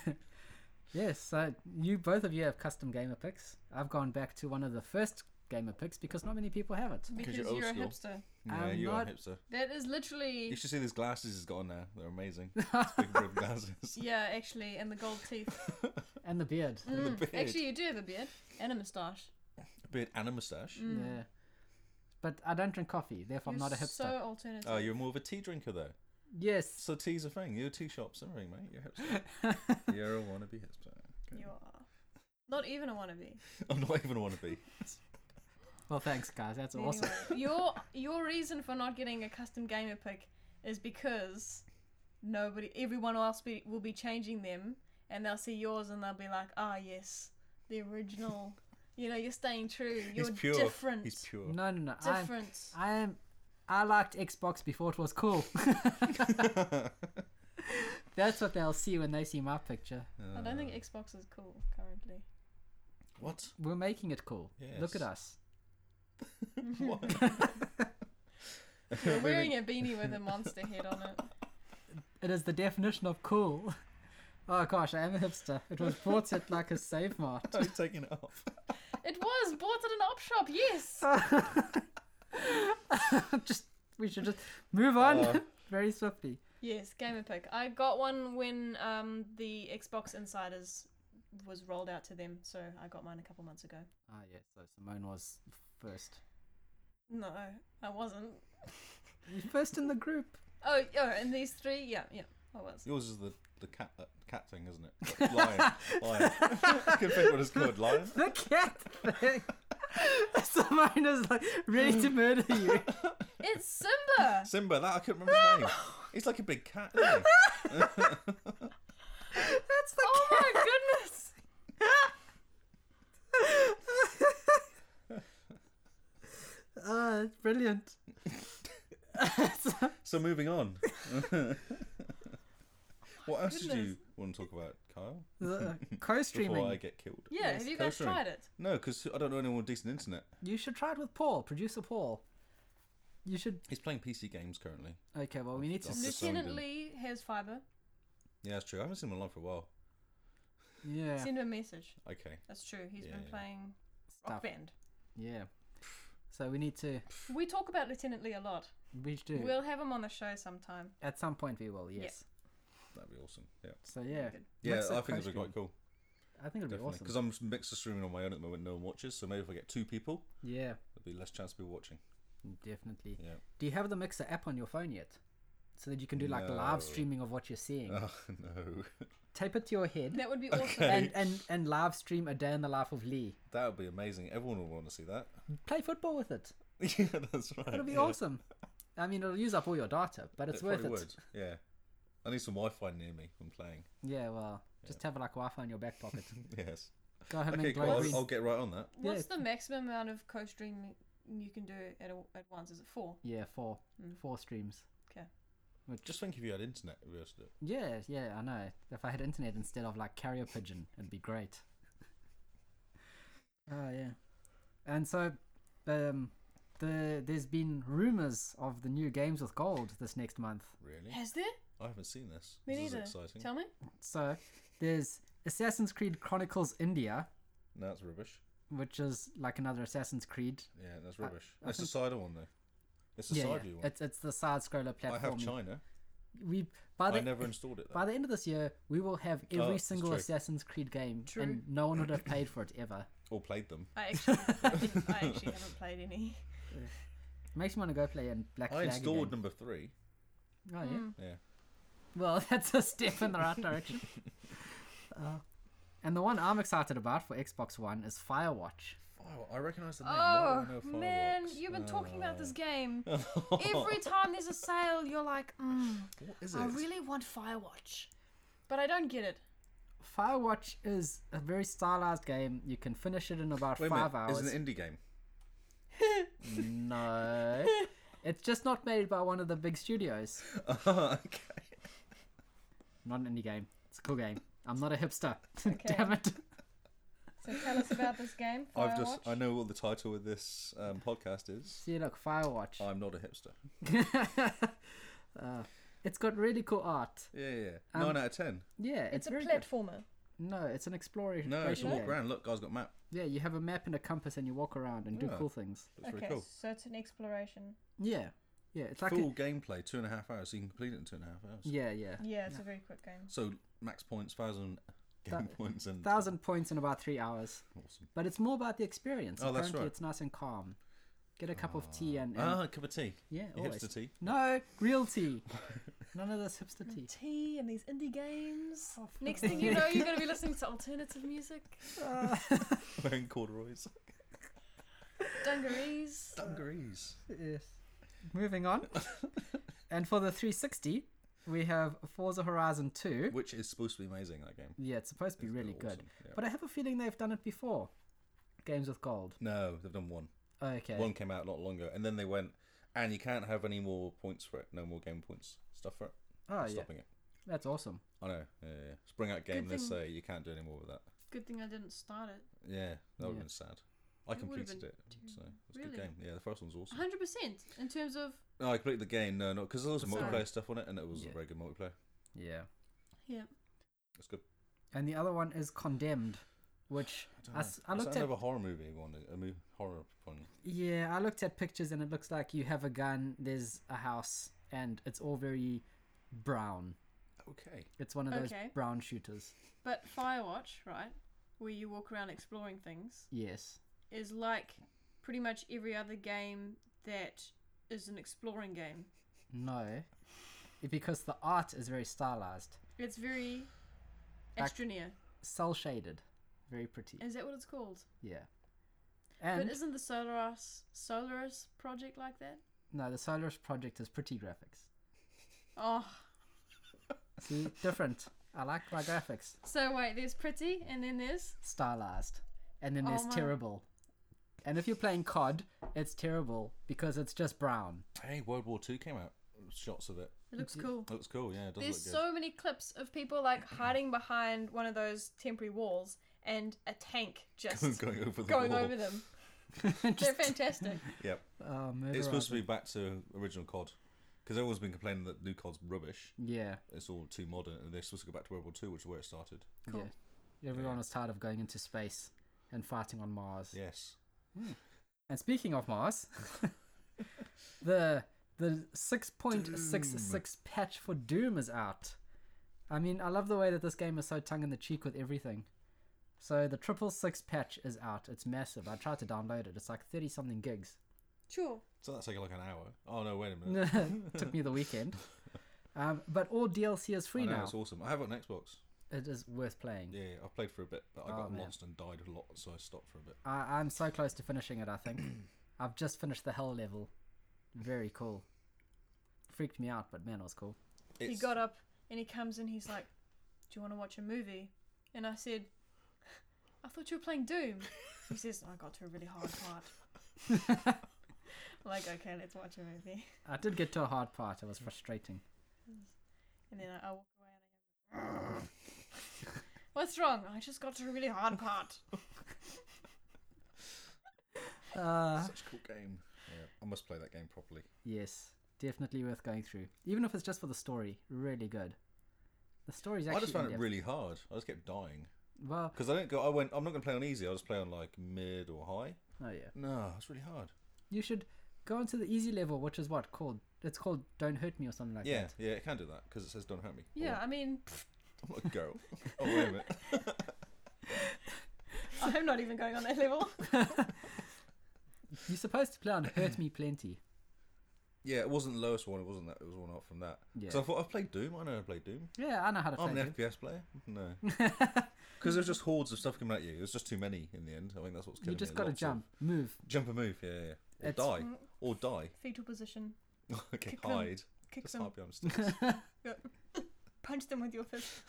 Speaker 1: Yes, so you both of you have custom gamer picks. I've gone back to one of the first gamer picks because not many people have it.
Speaker 3: because
Speaker 2: you're old
Speaker 3: you're a
Speaker 2: school.
Speaker 3: hipster.
Speaker 2: Yeah,
Speaker 1: I'm
Speaker 2: you are a
Speaker 1: not-
Speaker 2: hipster.
Speaker 3: That is literally.
Speaker 2: You should see these glasses he's got on now. They're amazing. It's big red glasses.
Speaker 3: Yeah, actually, and the gold teeth.
Speaker 1: And the beard.
Speaker 2: The
Speaker 3: Mm,
Speaker 2: beard.
Speaker 3: Actually, you do have a beard and a moustache.
Speaker 2: A beard and a moustache.
Speaker 1: Yeah. But I don't drink coffee, therefore I'm
Speaker 3: Mm. You're
Speaker 1: not a hipster.
Speaker 3: So alternative.
Speaker 2: Oh, you're more of a tea drinker though.
Speaker 1: Yes.
Speaker 2: So tea's a thing. You're a tea shops and everything, mate. You're a hipster. you're a wannabe hipster. Okay.
Speaker 3: You are. Not even a wannabe.
Speaker 2: I'm not even a wannabe.
Speaker 1: Well, thanks, guys. That's awesome.
Speaker 3: Anyway, your your reason for not getting a custom gamer pick is because nobody, everyone else be, will be changing them, and they'll see yours and they'll be like, ah, yes, the original. you know, you're staying true. You're
Speaker 2: He's pure.
Speaker 3: different.
Speaker 2: Oh, He's pure.
Speaker 1: No, no, no. I'm,
Speaker 3: Different.
Speaker 1: I am. I liked Xbox before it was cool. That's what they'll see when they see my picture.
Speaker 3: I don't think Xbox is cool currently.
Speaker 2: Uh, What?
Speaker 1: We're making it cool. Look at us.
Speaker 2: Yes. Why?
Speaker 3: You're wearing a beanie with a monster head on it.
Speaker 1: It is the definition of cool. Oh gosh, I am a hipster. It was bought at like a save mart.
Speaker 2: I'm taking it off.
Speaker 3: It was bought at an op shop, yes.
Speaker 1: just we should just move on
Speaker 2: Uh.
Speaker 1: very swiftly.
Speaker 3: yes, gamer pick. I got one when um, the Xbox Insiders was rolled out to them, so I got mine a couple months ago.
Speaker 1: Ah yes, so Simone was first.
Speaker 3: No, I wasn't.
Speaker 1: You first in the group.
Speaker 3: Oh, oh, and these three, yeah, yeah, I was.
Speaker 2: Yours is the the cat that cat thing, isn't it? Lion, lion. I can think what it's called. Lion.
Speaker 1: The cat thing. Simone is like ready to murder you.
Speaker 3: It's Simba.
Speaker 2: Simba. That I couldn't remember his name. He's like a big cat. Isn't
Speaker 1: That's the
Speaker 3: Oh
Speaker 1: cat.
Speaker 3: my goodness.
Speaker 1: Ah, it's brilliant.
Speaker 2: he? So moving on. what else did you want to talk about, Kyle?
Speaker 1: The-
Speaker 2: Before I
Speaker 1: Co-streaming.
Speaker 2: get killed.
Speaker 3: Yeah, have you guys
Speaker 2: Coastering.
Speaker 3: tried it?
Speaker 2: No, because I don't know anyone with decent internet.
Speaker 1: You should try it with Paul, producer Paul. You should.
Speaker 2: He's playing PC games currently.
Speaker 1: Okay, well we need to.
Speaker 2: That's the
Speaker 3: Lieutenant
Speaker 2: sound in.
Speaker 3: Lee has fiber.
Speaker 2: Yeah, that's true. I haven't seen him live for a while.
Speaker 1: Yeah.
Speaker 3: Send him a message.
Speaker 2: Okay.
Speaker 3: That's true. He's
Speaker 2: Yeah,
Speaker 3: been
Speaker 2: yeah.
Speaker 3: playing
Speaker 1: Stuff.
Speaker 3: Rock Band.
Speaker 1: Yeah. So we need to.
Speaker 3: We talk about Lieutenant Lee a lot.
Speaker 1: We do.
Speaker 3: We'll have him on the show sometime.
Speaker 1: At some point we will.
Speaker 3: Yeah.
Speaker 1: Yes.
Speaker 2: That'd be awesome. Yeah.
Speaker 1: So yeah.
Speaker 3: Good.
Speaker 2: Yeah,
Speaker 1: Mixer
Speaker 2: I think it'd be
Speaker 1: co-stream.
Speaker 2: quite cool.
Speaker 1: I think it'll be
Speaker 2: Definitely.
Speaker 1: awesome.
Speaker 2: Because I'm mixed streaming on my own at the moment, no one watches. So maybe if I get two people,
Speaker 1: Yeah,
Speaker 2: there'll be less chance of people watching.
Speaker 1: definitely.
Speaker 2: Yeah.
Speaker 1: Do you have the Mixer app on your phone yet? So that you can do like
Speaker 2: No.
Speaker 1: live streaming of what you're seeing.
Speaker 2: Oh, no.
Speaker 1: Tape it to your head
Speaker 3: That would be awesome.
Speaker 1: and, and, and live stream a day in the life of Lee.
Speaker 2: That would be amazing. Everyone would want to see that.
Speaker 1: Play football with it.
Speaker 2: yeah, that's right.
Speaker 1: It'll be
Speaker 2: yeah.
Speaker 1: awesome. I mean, it'll use up all your data, but it's
Speaker 2: It
Speaker 1: worth it.
Speaker 2: probably would. Yeah. I need some Wi Fi near me when playing.
Speaker 1: Yeah, well, just have like Wi Fi in your back pocket.
Speaker 2: Yes.
Speaker 1: Go home
Speaker 2: okay,
Speaker 1: and
Speaker 2: cool.
Speaker 1: glow green.
Speaker 2: I'll, I'll get right on that.
Speaker 3: What's the maximum amount of co-stream you can do at, a, at once? Is it four?
Speaker 1: Yeah, four. Four streams.
Speaker 3: Okay.
Speaker 2: Just think if you had internet, we'd be able to do it.
Speaker 1: Yeah, yeah, I know. If I had internet instead of like carrier pigeon, it'd be great. Oh yeah, and so um, the there's been rumors of the new games with gold this next month.
Speaker 2: Really?
Speaker 3: Has there?
Speaker 2: I haven't seen this.
Speaker 3: Me
Speaker 2: this
Speaker 3: neither.
Speaker 2: is exciting.
Speaker 3: Tell me.
Speaker 1: So there's Assassin's Creed Chronicles India,
Speaker 2: no, that's rubbish.
Speaker 1: which is like another Assassin's Creed.
Speaker 2: Yeah, that's rubbish.
Speaker 1: I
Speaker 2: it's a
Speaker 1: think-
Speaker 2: cider one, though. It's a
Speaker 1: yeah,
Speaker 2: cider
Speaker 1: yeah.
Speaker 2: one.
Speaker 1: it's it's the side scroller
Speaker 2: I have
Speaker 1: platform.
Speaker 2: China.
Speaker 1: We by
Speaker 2: I
Speaker 1: the
Speaker 2: never installed it. Though.
Speaker 1: by the end of this year, we will have
Speaker 2: Oh,
Speaker 1: every
Speaker 2: that's
Speaker 1: single
Speaker 2: true.
Speaker 1: Assassin's Creed game,
Speaker 3: True.
Speaker 1: and no one would have paid for it ever.
Speaker 2: Or played them.
Speaker 3: I actually, I actually haven't played any.
Speaker 1: Makes me want to go play in Black
Speaker 2: I
Speaker 1: Flag
Speaker 2: installed
Speaker 1: again.
Speaker 2: number three.
Speaker 1: Oh, yeah.
Speaker 3: Mm.
Speaker 2: Yeah.
Speaker 1: Well, that's a step in the right direction. Uh, and the one I'm excited about for Xbox One is Firewatch.
Speaker 2: Fire- I recognise the name.
Speaker 3: Oh
Speaker 2: Why do I know Firewalks?
Speaker 3: man, you've been talking about
Speaker 2: Uh.
Speaker 3: this game. Every time there's a sale, you're like, mm,
Speaker 2: What is it?
Speaker 3: I really want Firewatch, but I don't get it.
Speaker 1: Firewatch is a very stylized game. You can finish it in about
Speaker 2: Wait a
Speaker 1: five
Speaker 2: minute.
Speaker 1: hours.
Speaker 2: It's an indie game.
Speaker 1: no. It's just not made by one of the big studios.
Speaker 2: okay.
Speaker 1: Not an indie game. It's a cool game. I'm not a hipster.
Speaker 3: Okay.
Speaker 1: Damn it.
Speaker 3: So tell us about this game. Firewatch.
Speaker 2: I've just I know what the title of this um, podcast is.
Speaker 1: See, look, Firewatch.
Speaker 2: I'm not a hipster.
Speaker 1: Uh, it's got really cool art.
Speaker 2: Yeah, yeah.
Speaker 1: Um,
Speaker 2: yeah. Nine out of ten.
Speaker 1: Yeah,
Speaker 3: it's
Speaker 1: it's,
Speaker 3: a
Speaker 1: very good.
Speaker 3: platformer.
Speaker 1: No, it's an exploration.
Speaker 2: No, it's a
Speaker 1: exploration
Speaker 2: walk
Speaker 1: game.
Speaker 2: around. Look, guys, got a map.
Speaker 1: Yeah, you have a map and a compass, and you walk around and do
Speaker 2: Yeah.
Speaker 1: cool things.
Speaker 2: Looks
Speaker 3: okay,
Speaker 2: really cool.
Speaker 3: so it's an exploration.
Speaker 1: Yeah, yeah, it's like a-
Speaker 2: Full gameplay, two and a half hours. So you can complete it in two and a half hours.
Speaker 1: yeah, yeah,
Speaker 3: Yeah, it's a very quick game.
Speaker 2: So max points, thousand game
Speaker 1: Thou-
Speaker 2: points, and
Speaker 1: thousand points in about three hours.
Speaker 2: Awesome.
Speaker 1: But it's more about the experience.
Speaker 2: Oh, that's
Speaker 1: Apparently,
Speaker 2: right.
Speaker 1: it's nice and calm. Get a cup of tea and, and
Speaker 2: Ah, a cup of tea.
Speaker 1: yeah,
Speaker 2: A
Speaker 1: always.
Speaker 2: Hipster tea.
Speaker 1: No real tea. None of this hipster tea.
Speaker 3: Tea and these indie games.
Speaker 1: Oh, for
Speaker 3: Next
Speaker 1: the-
Speaker 3: thing you know, you're gonna be listening to alternative music,
Speaker 2: Wearing corduroys.
Speaker 3: dungarees.
Speaker 2: Dungarees.
Speaker 1: Yes. Moving on. and for the 360, we have Forza Horizon 2.
Speaker 2: Which is supposed to be amazing, that game.
Speaker 1: Yeah, it's supposed to be
Speaker 2: It's
Speaker 1: really good.
Speaker 2: awesome, yeah.
Speaker 1: But I have a feeling they've done it before. Games with gold.
Speaker 2: No, they've done one.
Speaker 1: Okay.
Speaker 2: One came out not long ago, and then they went, and you can't have any more points for it. No more game points. Stuff for it.
Speaker 1: oh yeah,
Speaker 2: Stopping it.
Speaker 1: that's awesome.
Speaker 2: I know. Yeah, yeah. yeah. Just bring out a game.
Speaker 3: Good
Speaker 2: They
Speaker 3: thing-
Speaker 2: say you can't do any more with that.
Speaker 3: Good thing I didn't start it.
Speaker 2: Yeah, that would have
Speaker 1: Yeah.
Speaker 2: been sad. I
Speaker 3: It would've
Speaker 2: completed
Speaker 3: been
Speaker 2: it, so it's a
Speaker 3: Really?
Speaker 2: good game. Yeah, the first one's awesome.
Speaker 3: 100 percent in terms of
Speaker 2: No, I completed the game. No, no, because there was
Speaker 3: Sorry.
Speaker 2: multiplayer stuff on it, and it was
Speaker 1: Yeah.
Speaker 2: a very good multiplayer.
Speaker 1: Yeah.
Speaker 3: yeah.
Speaker 2: That's good.
Speaker 1: and the other one is Condemned, which I, s- I
Speaker 2: Is
Speaker 1: looked
Speaker 2: that
Speaker 1: at.
Speaker 2: another horror movie one? A mo- horror one.
Speaker 1: Yeah, I looked at pictures and it looks like you have a gun. There's a house, and it's all very brown.
Speaker 2: Okay.
Speaker 1: It's one of those
Speaker 3: Okay.
Speaker 1: brown shooters.
Speaker 3: But Firewatch, right, where you walk around exploring things,
Speaker 1: Yes.
Speaker 3: is like pretty much every other game that is an exploring game.
Speaker 1: No. It- Because the art is very stylized,
Speaker 3: It's very
Speaker 1: Ac-
Speaker 3: extraneous.
Speaker 1: cell shaded, very pretty.
Speaker 3: Is that what it's called?
Speaker 1: Yeah. And
Speaker 3: but isn't the Solaris Solaris project like that?
Speaker 1: no, the Solaris project is pretty graphics.
Speaker 3: Oh,
Speaker 1: See, different. I like my graphics.
Speaker 3: so wait, there's pretty, and then there's
Speaker 1: Stylized. And then
Speaker 3: Oh
Speaker 1: there's
Speaker 3: my-
Speaker 1: terrible. And if you're playing COD, it's terrible because it's just brown.
Speaker 2: Hey, World War Two came out. Shots of it.
Speaker 3: it looks cool.
Speaker 2: Looks cool. Yeah, it does
Speaker 3: There's
Speaker 2: look good.
Speaker 3: so many clips of people like hiding behind one of those temporary walls and a tank just
Speaker 2: going over the
Speaker 3: going
Speaker 2: wall.
Speaker 3: over them. They're
Speaker 1: Just-
Speaker 3: fantastic.
Speaker 2: Yep.
Speaker 1: Oh,
Speaker 2: It's supposed to
Speaker 1: Murderati.
Speaker 2: be back to original COD. Because everyone's been complaining that new COD's rubbish.
Speaker 1: Yeah.
Speaker 2: It's all too modern, and they're supposed to go back to World War Two, which is where it started.
Speaker 3: Cool.
Speaker 1: Yeah. Everyone was tired of going into space and fighting on Mars.
Speaker 2: Yes.
Speaker 1: And speaking of Mars, the the 6.66 patch for Doom is out. I mean, I love the way that this game is so tongue in the cheek with everything. So the triple six patch is out. It's massive. I tried to download it. It's like thirty something gigs.
Speaker 3: Sure.
Speaker 2: So that's like like an hour. Oh no, wait a minute.
Speaker 1: Took me the weekend. Um, but all DLC is free
Speaker 2: I know,
Speaker 1: now.
Speaker 2: It's awesome. I have it on Xbox.
Speaker 1: It is worth playing.
Speaker 2: Yeah, I played for a bit, but I
Speaker 1: Oh,
Speaker 2: got
Speaker 1: man.
Speaker 2: lost and died a lot, so I stopped for a bit.
Speaker 1: I, I'm so close to finishing it. I think I've just finished the hell level. Very cool. Freaked me out, but man, it was cool.
Speaker 2: It's,
Speaker 3: He got up and he comes in. He's like, "Do you want to watch a movie?" And I said, "I thought you were playing Doom." He says, "I got to a really hard part." I'm like, okay, let's watch a movie.
Speaker 1: I did get to a hard part. It was frustrating.
Speaker 3: And then I, I walk away and I go, "Ugh." "What's wrong?" I just got to a really hard part.
Speaker 1: Uh,
Speaker 2: such a cool game. Yeah, I must play that game properly.
Speaker 1: yes, definitely worth going through. Even if it's just for the story, really good. The story's actually.
Speaker 2: I just found it
Speaker 1: in-depth.
Speaker 2: really hard. I just kept dying
Speaker 1: Well,
Speaker 2: because I didn't go. I went. I'm not going to play on easy. I'll just play on like mid or high.
Speaker 1: oh yeah.
Speaker 2: No, it's really hard.
Speaker 1: You should go into the easy level, which is what called. It's called "Don't Hurt Me" or something like
Speaker 2: yeah,
Speaker 1: that.
Speaker 2: yeah, it can do that because it says don't hurt me.
Speaker 3: Yeah, I mean,
Speaker 2: Oh, I'm a girl. oh wait a minute.
Speaker 3: I'm not even going on that level.
Speaker 1: You're supposed to play on "Hurt Me Plenty."
Speaker 2: Yeah, it wasn't the lowest one. It wasn't that. It was one up from that.
Speaker 1: Yeah.
Speaker 2: So I thought I've played Doom. I know how to play Doom.
Speaker 1: Yeah, I know how to play.
Speaker 2: I'm an
Speaker 1: Doom.
Speaker 2: FPS player. No, because there's just hordes of stuff coming at you. There's just too many in the end. I think that's what's killing
Speaker 1: You just
Speaker 2: me.
Speaker 1: got to
Speaker 2: Lots of-
Speaker 1: jump, move.
Speaker 2: jump and move. Yeah, yeah. yeah. Or
Speaker 1: It's-
Speaker 2: die. Or die.
Speaker 3: Fetal position.
Speaker 2: okay,
Speaker 3: Kick them.
Speaker 2: hide.
Speaker 3: Kick
Speaker 2: Just
Speaker 3: them.
Speaker 2: hide behind sticks.
Speaker 3: Punch them with your fist.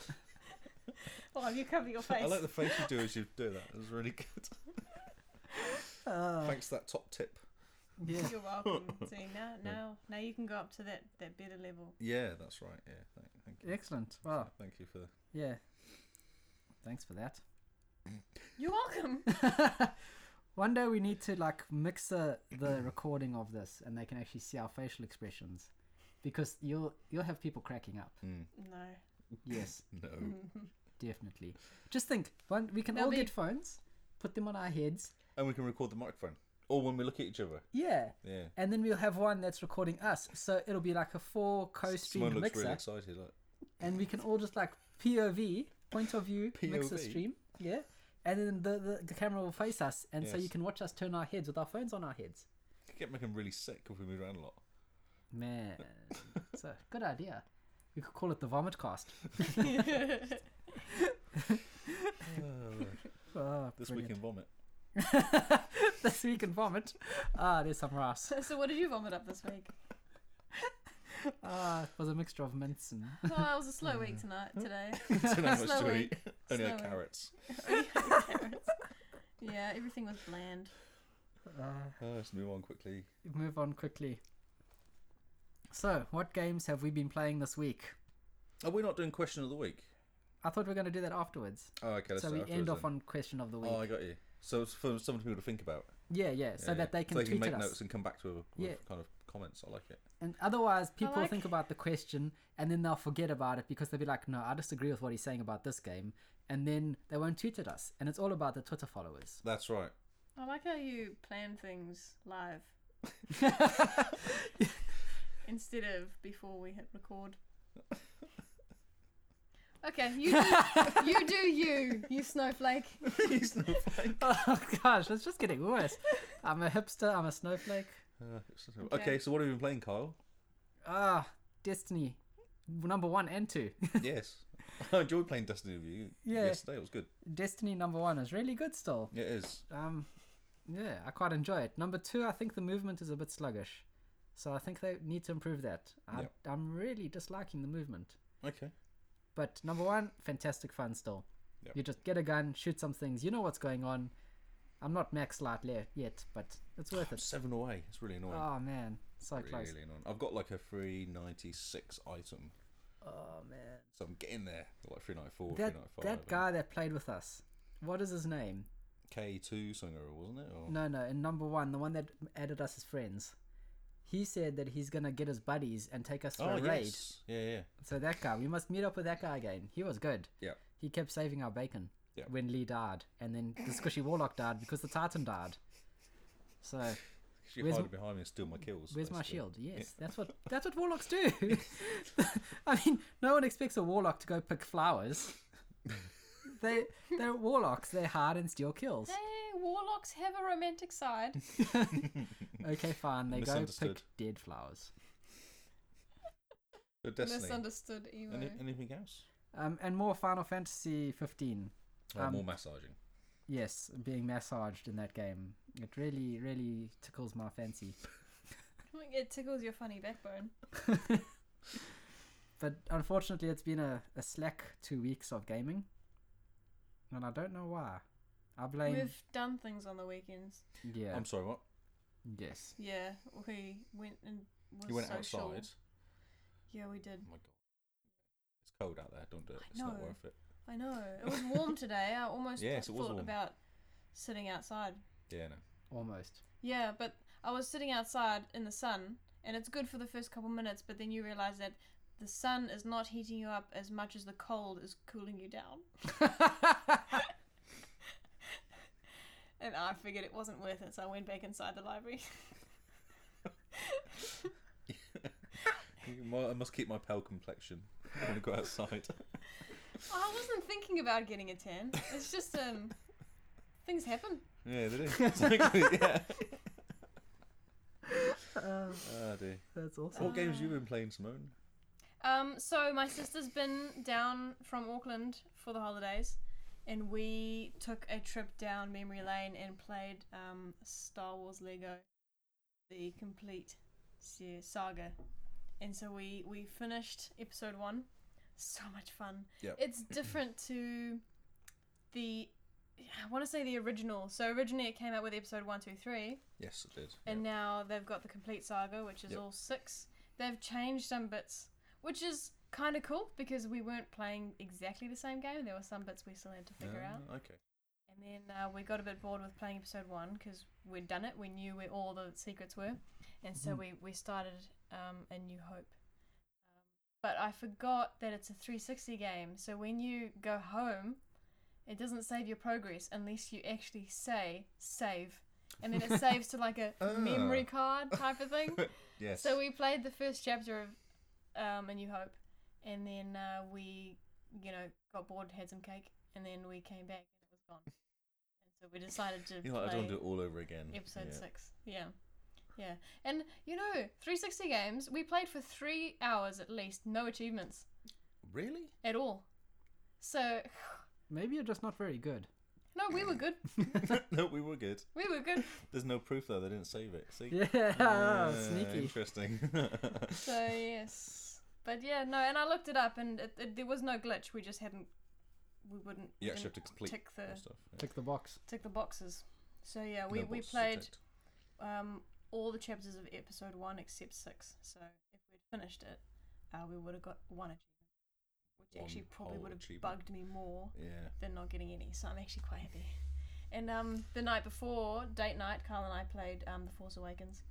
Speaker 3: oh, have you covered your face?
Speaker 2: I like the face you do as you do that. It was really good.
Speaker 1: Uh,
Speaker 2: Thanks for that top tip.
Speaker 1: Yeah.
Speaker 3: You're welcome. See now, now, now you can go up to that that better level.
Speaker 2: Yeah, that's right. Yeah, thank, thank you.
Speaker 1: Excellent. Well,
Speaker 2: Thank you for.
Speaker 1: yeah. Thanks for that.
Speaker 3: You're welcome.
Speaker 1: One day we need to like mix the, the recording of this, and they can actually see our facial expressions, because you'll you'll have people cracking up.
Speaker 3: no,
Speaker 1: Yes,
Speaker 2: Hmm. No.
Speaker 1: definitely. Just think, one we can
Speaker 3: They'll
Speaker 1: all
Speaker 3: be-
Speaker 1: get phones, put them on our heads.
Speaker 2: And we can record the microphone. Or when we look at each other.
Speaker 1: Yeah.
Speaker 2: Yeah.
Speaker 1: And then we'll have one that's recording us, so it'll be like a four
Speaker 2: Simone
Speaker 1: co-streamed
Speaker 2: looks
Speaker 1: mixer,
Speaker 2: really excited. Like,
Speaker 1: and we can all just like POV point of view mixer
Speaker 2: POV?
Speaker 1: stream. Yeah. And then the, the, the camera will face us, and so you
Speaker 2: Yes.
Speaker 1: can watch us turn our heads with our phones on our heads.
Speaker 2: it kept making really sick if we move around a lot.
Speaker 1: Man, it's a good idea. We could call it the Vomit Cast. Oh,
Speaker 2: This
Speaker 1: brilliant.
Speaker 2: week in vomit.
Speaker 1: this week in Vomit. Ah, there's some rice.
Speaker 3: so what did you vomit up this week?
Speaker 1: Ah, it was a mixture of mints and.
Speaker 3: Oh, it was a slow week tonight today.
Speaker 2: Don't know how much to
Speaker 3: Slowly.
Speaker 2: eat. Only had
Speaker 3: Slowly.
Speaker 2: carrots.
Speaker 3: yeah, everything was bland.
Speaker 1: Uh,
Speaker 2: Uh, let's move on quickly.
Speaker 1: move on quickly. So, what games have we been playing this week?
Speaker 2: Are we not doing question of the week?
Speaker 1: I thought we were going to do that afterwards.
Speaker 2: Oh, okay. Let's
Speaker 1: so,
Speaker 2: do
Speaker 1: we
Speaker 2: it Oh,
Speaker 1: end
Speaker 2: afterwards
Speaker 1: off
Speaker 2: then.
Speaker 1: on question of the week.
Speaker 2: Oh, I got you. So it's for some people to think about.
Speaker 1: Yeah, yeah. So
Speaker 2: Yeah,
Speaker 1: that
Speaker 2: yeah.
Speaker 1: they can
Speaker 2: so they
Speaker 1: tweet
Speaker 2: can make
Speaker 1: at us.
Speaker 2: notes and come back to it with
Speaker 1: Yeah.
Speaker 2: kind of comments. I like it.
Speaker 1: And otherwise, people
Speaker 4: like-
Speaker 1: think about the question and then they'll forget about it because they'll be like, no, I disagree with what he's saying about this game. And then they won't tweet at us. And it's all about the Twitter followers.
Speaker 2: That's right.
Speaker 4: I like how you plan things live instead of before we hit record. Okay, you do, you do you, you snowflake.
Speaker 2: He's not fake.
Speaker 1: oh, gosh, it's just getting worse. I'm a hipster, I'm a snowflake.
Speaker 2: Uh, it's not-
Speaker 4: Okay.
Speaker 2: okay. so what have you been playing, Kyle?
Speaker 1: Ah, Destiny. Number one and two.
Speaker 2: yes. I enjoyed playing Destiny with you
Speaker 1: Yeah.
Speaker 2: yesterday. It was good.
Speaker 1: Destiny number one is really good still.
Speaker 2: It is.
Speaker 1: Um, yeah, I quite enjoy it. Number two, I think the movement is a bit sluggish. So I think they need to improve that. I,
Speaker 2: Yep.
Speaker 1: I'm really disliking the movement.
Speaker 2: Okay.
Speaker 1: But number one, fantastic fun still.
Speaker 2: Yep.
Speaker 1: You just get a gun, shoot some things, you know what's going on. I'm not max light le- yet, but it's worth it.
Speaker 2: Seven away. It's really annoying.
Speaker 1: Oh man, so
Speaker 2: really
Speaker 1: close.
Speaker 2: annoying. I've got like a 396 item,
Speaker 1: Oh man.
Speaker 2: so I'm getting there. Got, Like 394,
Speaker 1: That,
Speaker 2: 395.
Speaker 1: that guy that played with us, what is his name?
Speaker 2: K2 somewhere, wasn't it? Or...
Speaker 1: No, no, in number one, the one that added us as friends. He said that he's gonna get his buddies and take us for
Speaker 2: Oh,
Speaker 1: a raid.
Speaker 2: yes. Yeah, yeah.
Speaker 1: So that guy, we must meet up with that guy again. He was good.
Speaker 2: Yeah.
Speaker 1: He kept saving our bacon
Speaker 2: Yeah.
Speaker 1: when Lee died, and then the squishy warlock died because the Titan died. So
Speaker 2: She
Speaker 1: Where's
Speaker 2: hiding
Speaker 1: m-
Speaker 2: behind me and steal my kills.
Speaker 1: Where's my
Speaker 2: basically.
Speaker 1: shield? Yes, that's what that's what warlocks do. I mean, no one expects a warlock to go pick flowers. they they're warlocks. They hide and steal kills.
Speaker 4: Hey, warlocks have a romantic side.
Speaker 1: Okay, fine. They go pick
Speaker 2: Misunderstood.
Speaker 1: dead flowers.
Speaker 2: But Destiny.
Speaker 4: Misunderstood emo.
Speaker 2: Any, anything else?
Speaker 1: Um, and more Final Fantasy 15.
Speaker 2: Oh,
Speaker 1: Um,
Speaker 2: more massaging.
Speaker 1: Yes, being massaged in that game. It really, really tickles my fancy.
Speaker 4: It tickles your funny backbone.
Speaker 1: But unfortunately, it's been a, a slack two weeks of gaming, and I don't know why. I blame.
Speaker 4: We've done things on the weekends.
Speaker 1: yeah.
Speaker 2: I'm sorry, what?
Speaker 1: yes.
Speaker 4: Yeah, we went and was
Speaker 2: You went
Speaker 4: social.
Speaker 2: outside.
Speaker 4: Yeah, we did.
Speaker 2: Oh my god. It's cold out there. Don't do it.
Speaker 4: I
Speaker 2: It's not
Speaker 4: know.
Speaker 2: worth it.
Speaker 4: I know. It was warm today. I almost
Speaker 2: Yes, it was
Speaker 4: thought
Speaker 2: warm.
Speaker 4: about sitting outside.
Speaker 2: Yeah, no.
Speaker 1: Almost.
Speaker 4: Yeah, but I was sitting outside in the sun, and it's good for the first couple minutes, but then you realize that the sun is not heating you up as much as the cold is cooling you down. and I figured it wasn't worth it, so I went back inside the library.
Speaker 2: You mu- I must keep my pale complexion. I'm gonna go outside.
Speaker 4: I wasn't thinking about getting a tan. It's just, um, things happen.
Speaker 2: yeah, they do. Exactly. yeah.
Speaker 1: Uh,
Speaker 2: Oh, dear.
Speaker 1: that's awesome.
Speaker 2: What games you been playing, Simone?
Speaker 4: Um, so my sister's been down from Auckland for the holidays, and we took a trip down memory lane and played um, Star Wars Lego, the complete se- saga. And so we we finished episode one. So much fun.
Speaker 2: Yep.
Speaker 4: It's different to the. I want to say the original. So originally it came out with episode one, two, three.
Speaker 2: Yes, I did.
Speaker 4: And
Speaker 2: yeah.
Speaker 4: now they've got the complete saga, which is
Speaker 2: Yep.
Speaker 4: all six. They've changed some bits, which is kind of cool because we weren't playing exactly the same game. There were some bits we still had to figure out.
Speaker 2: Ah, Okay.
Speaker 4: And then uh, we got a bit bored with playing episode one because we'd done it. We knew where all the secrets were. And so
Speaker 2: Hmm.
Speaker 4: we, we started um, A New Hope. Um, but I forgot that it's a 360 game. So when you go home, it doesn't save your progress unless you actually say save. And then it saves to like a
Speaker 2: Ah.
Speaker 4: memory card type of thing.
Speaker 2: Yes.
Speaker 4: So we played the first chapter of um, A New Hope, and then uh, we, you know, got bored, had some cake, and then we came back and it was gone. And so we decided to
Speaker 2: You're like, I don't
Speaker 4: play
Speaker 2: want to do it all over again.
Speaker 4: episode
Speaker 2: yeah.
Speaker 4: six. Yeah, yeah. And you know, 360 games. We played for three hours at least, no achievements
Speaker 2: Really?
Speaker 4: at all. So
Speaker 1: Maybe you're just not very good.
Speaker 4: no, we were good.
Speaker 2: no, we were good.
Speaker 4: We were good.
Speaker 2: There's no proof though. They didn't save it. See?
Speaker 1: Yeah,
Speaker 2: Ah,
Speaker 1: sneaky.
Speaker 2: Interesting.
Speaker 4: So yes, but yeah, no. And I looked it up, and it, it, there was no glitch. We just hadn't. We wouldn't.
Speaker 2: you actually have
Speaker 4: didn't
Speaker 2: to complete
Speaker 4: tick the
Speaker 2: more stuff. yeah.
Speaker 1: Tick the box.
Speaker 4: tick the boxes. So yeah, we,
Speaker 2: No
Speaker 4: we
Speaker 2: boxes
Speaker 4: played
Speaker 2: ticked.
Speaker 4: um, all the chapters of episode one except six. So if we'd finished it, uh, we would have got one achievement, which
Speaker 2: One
Speaker 4: actually probably
Speaker 2: whole
Speaker 4: would have
Speaker 2: achievement.
Speaker 4: bugged me more
Speaker 2: Yeah.
Speaker 4: than not getting any. So I'm actually quite happy. And um, the night before date night, Carl and I played um, The Force Awakens.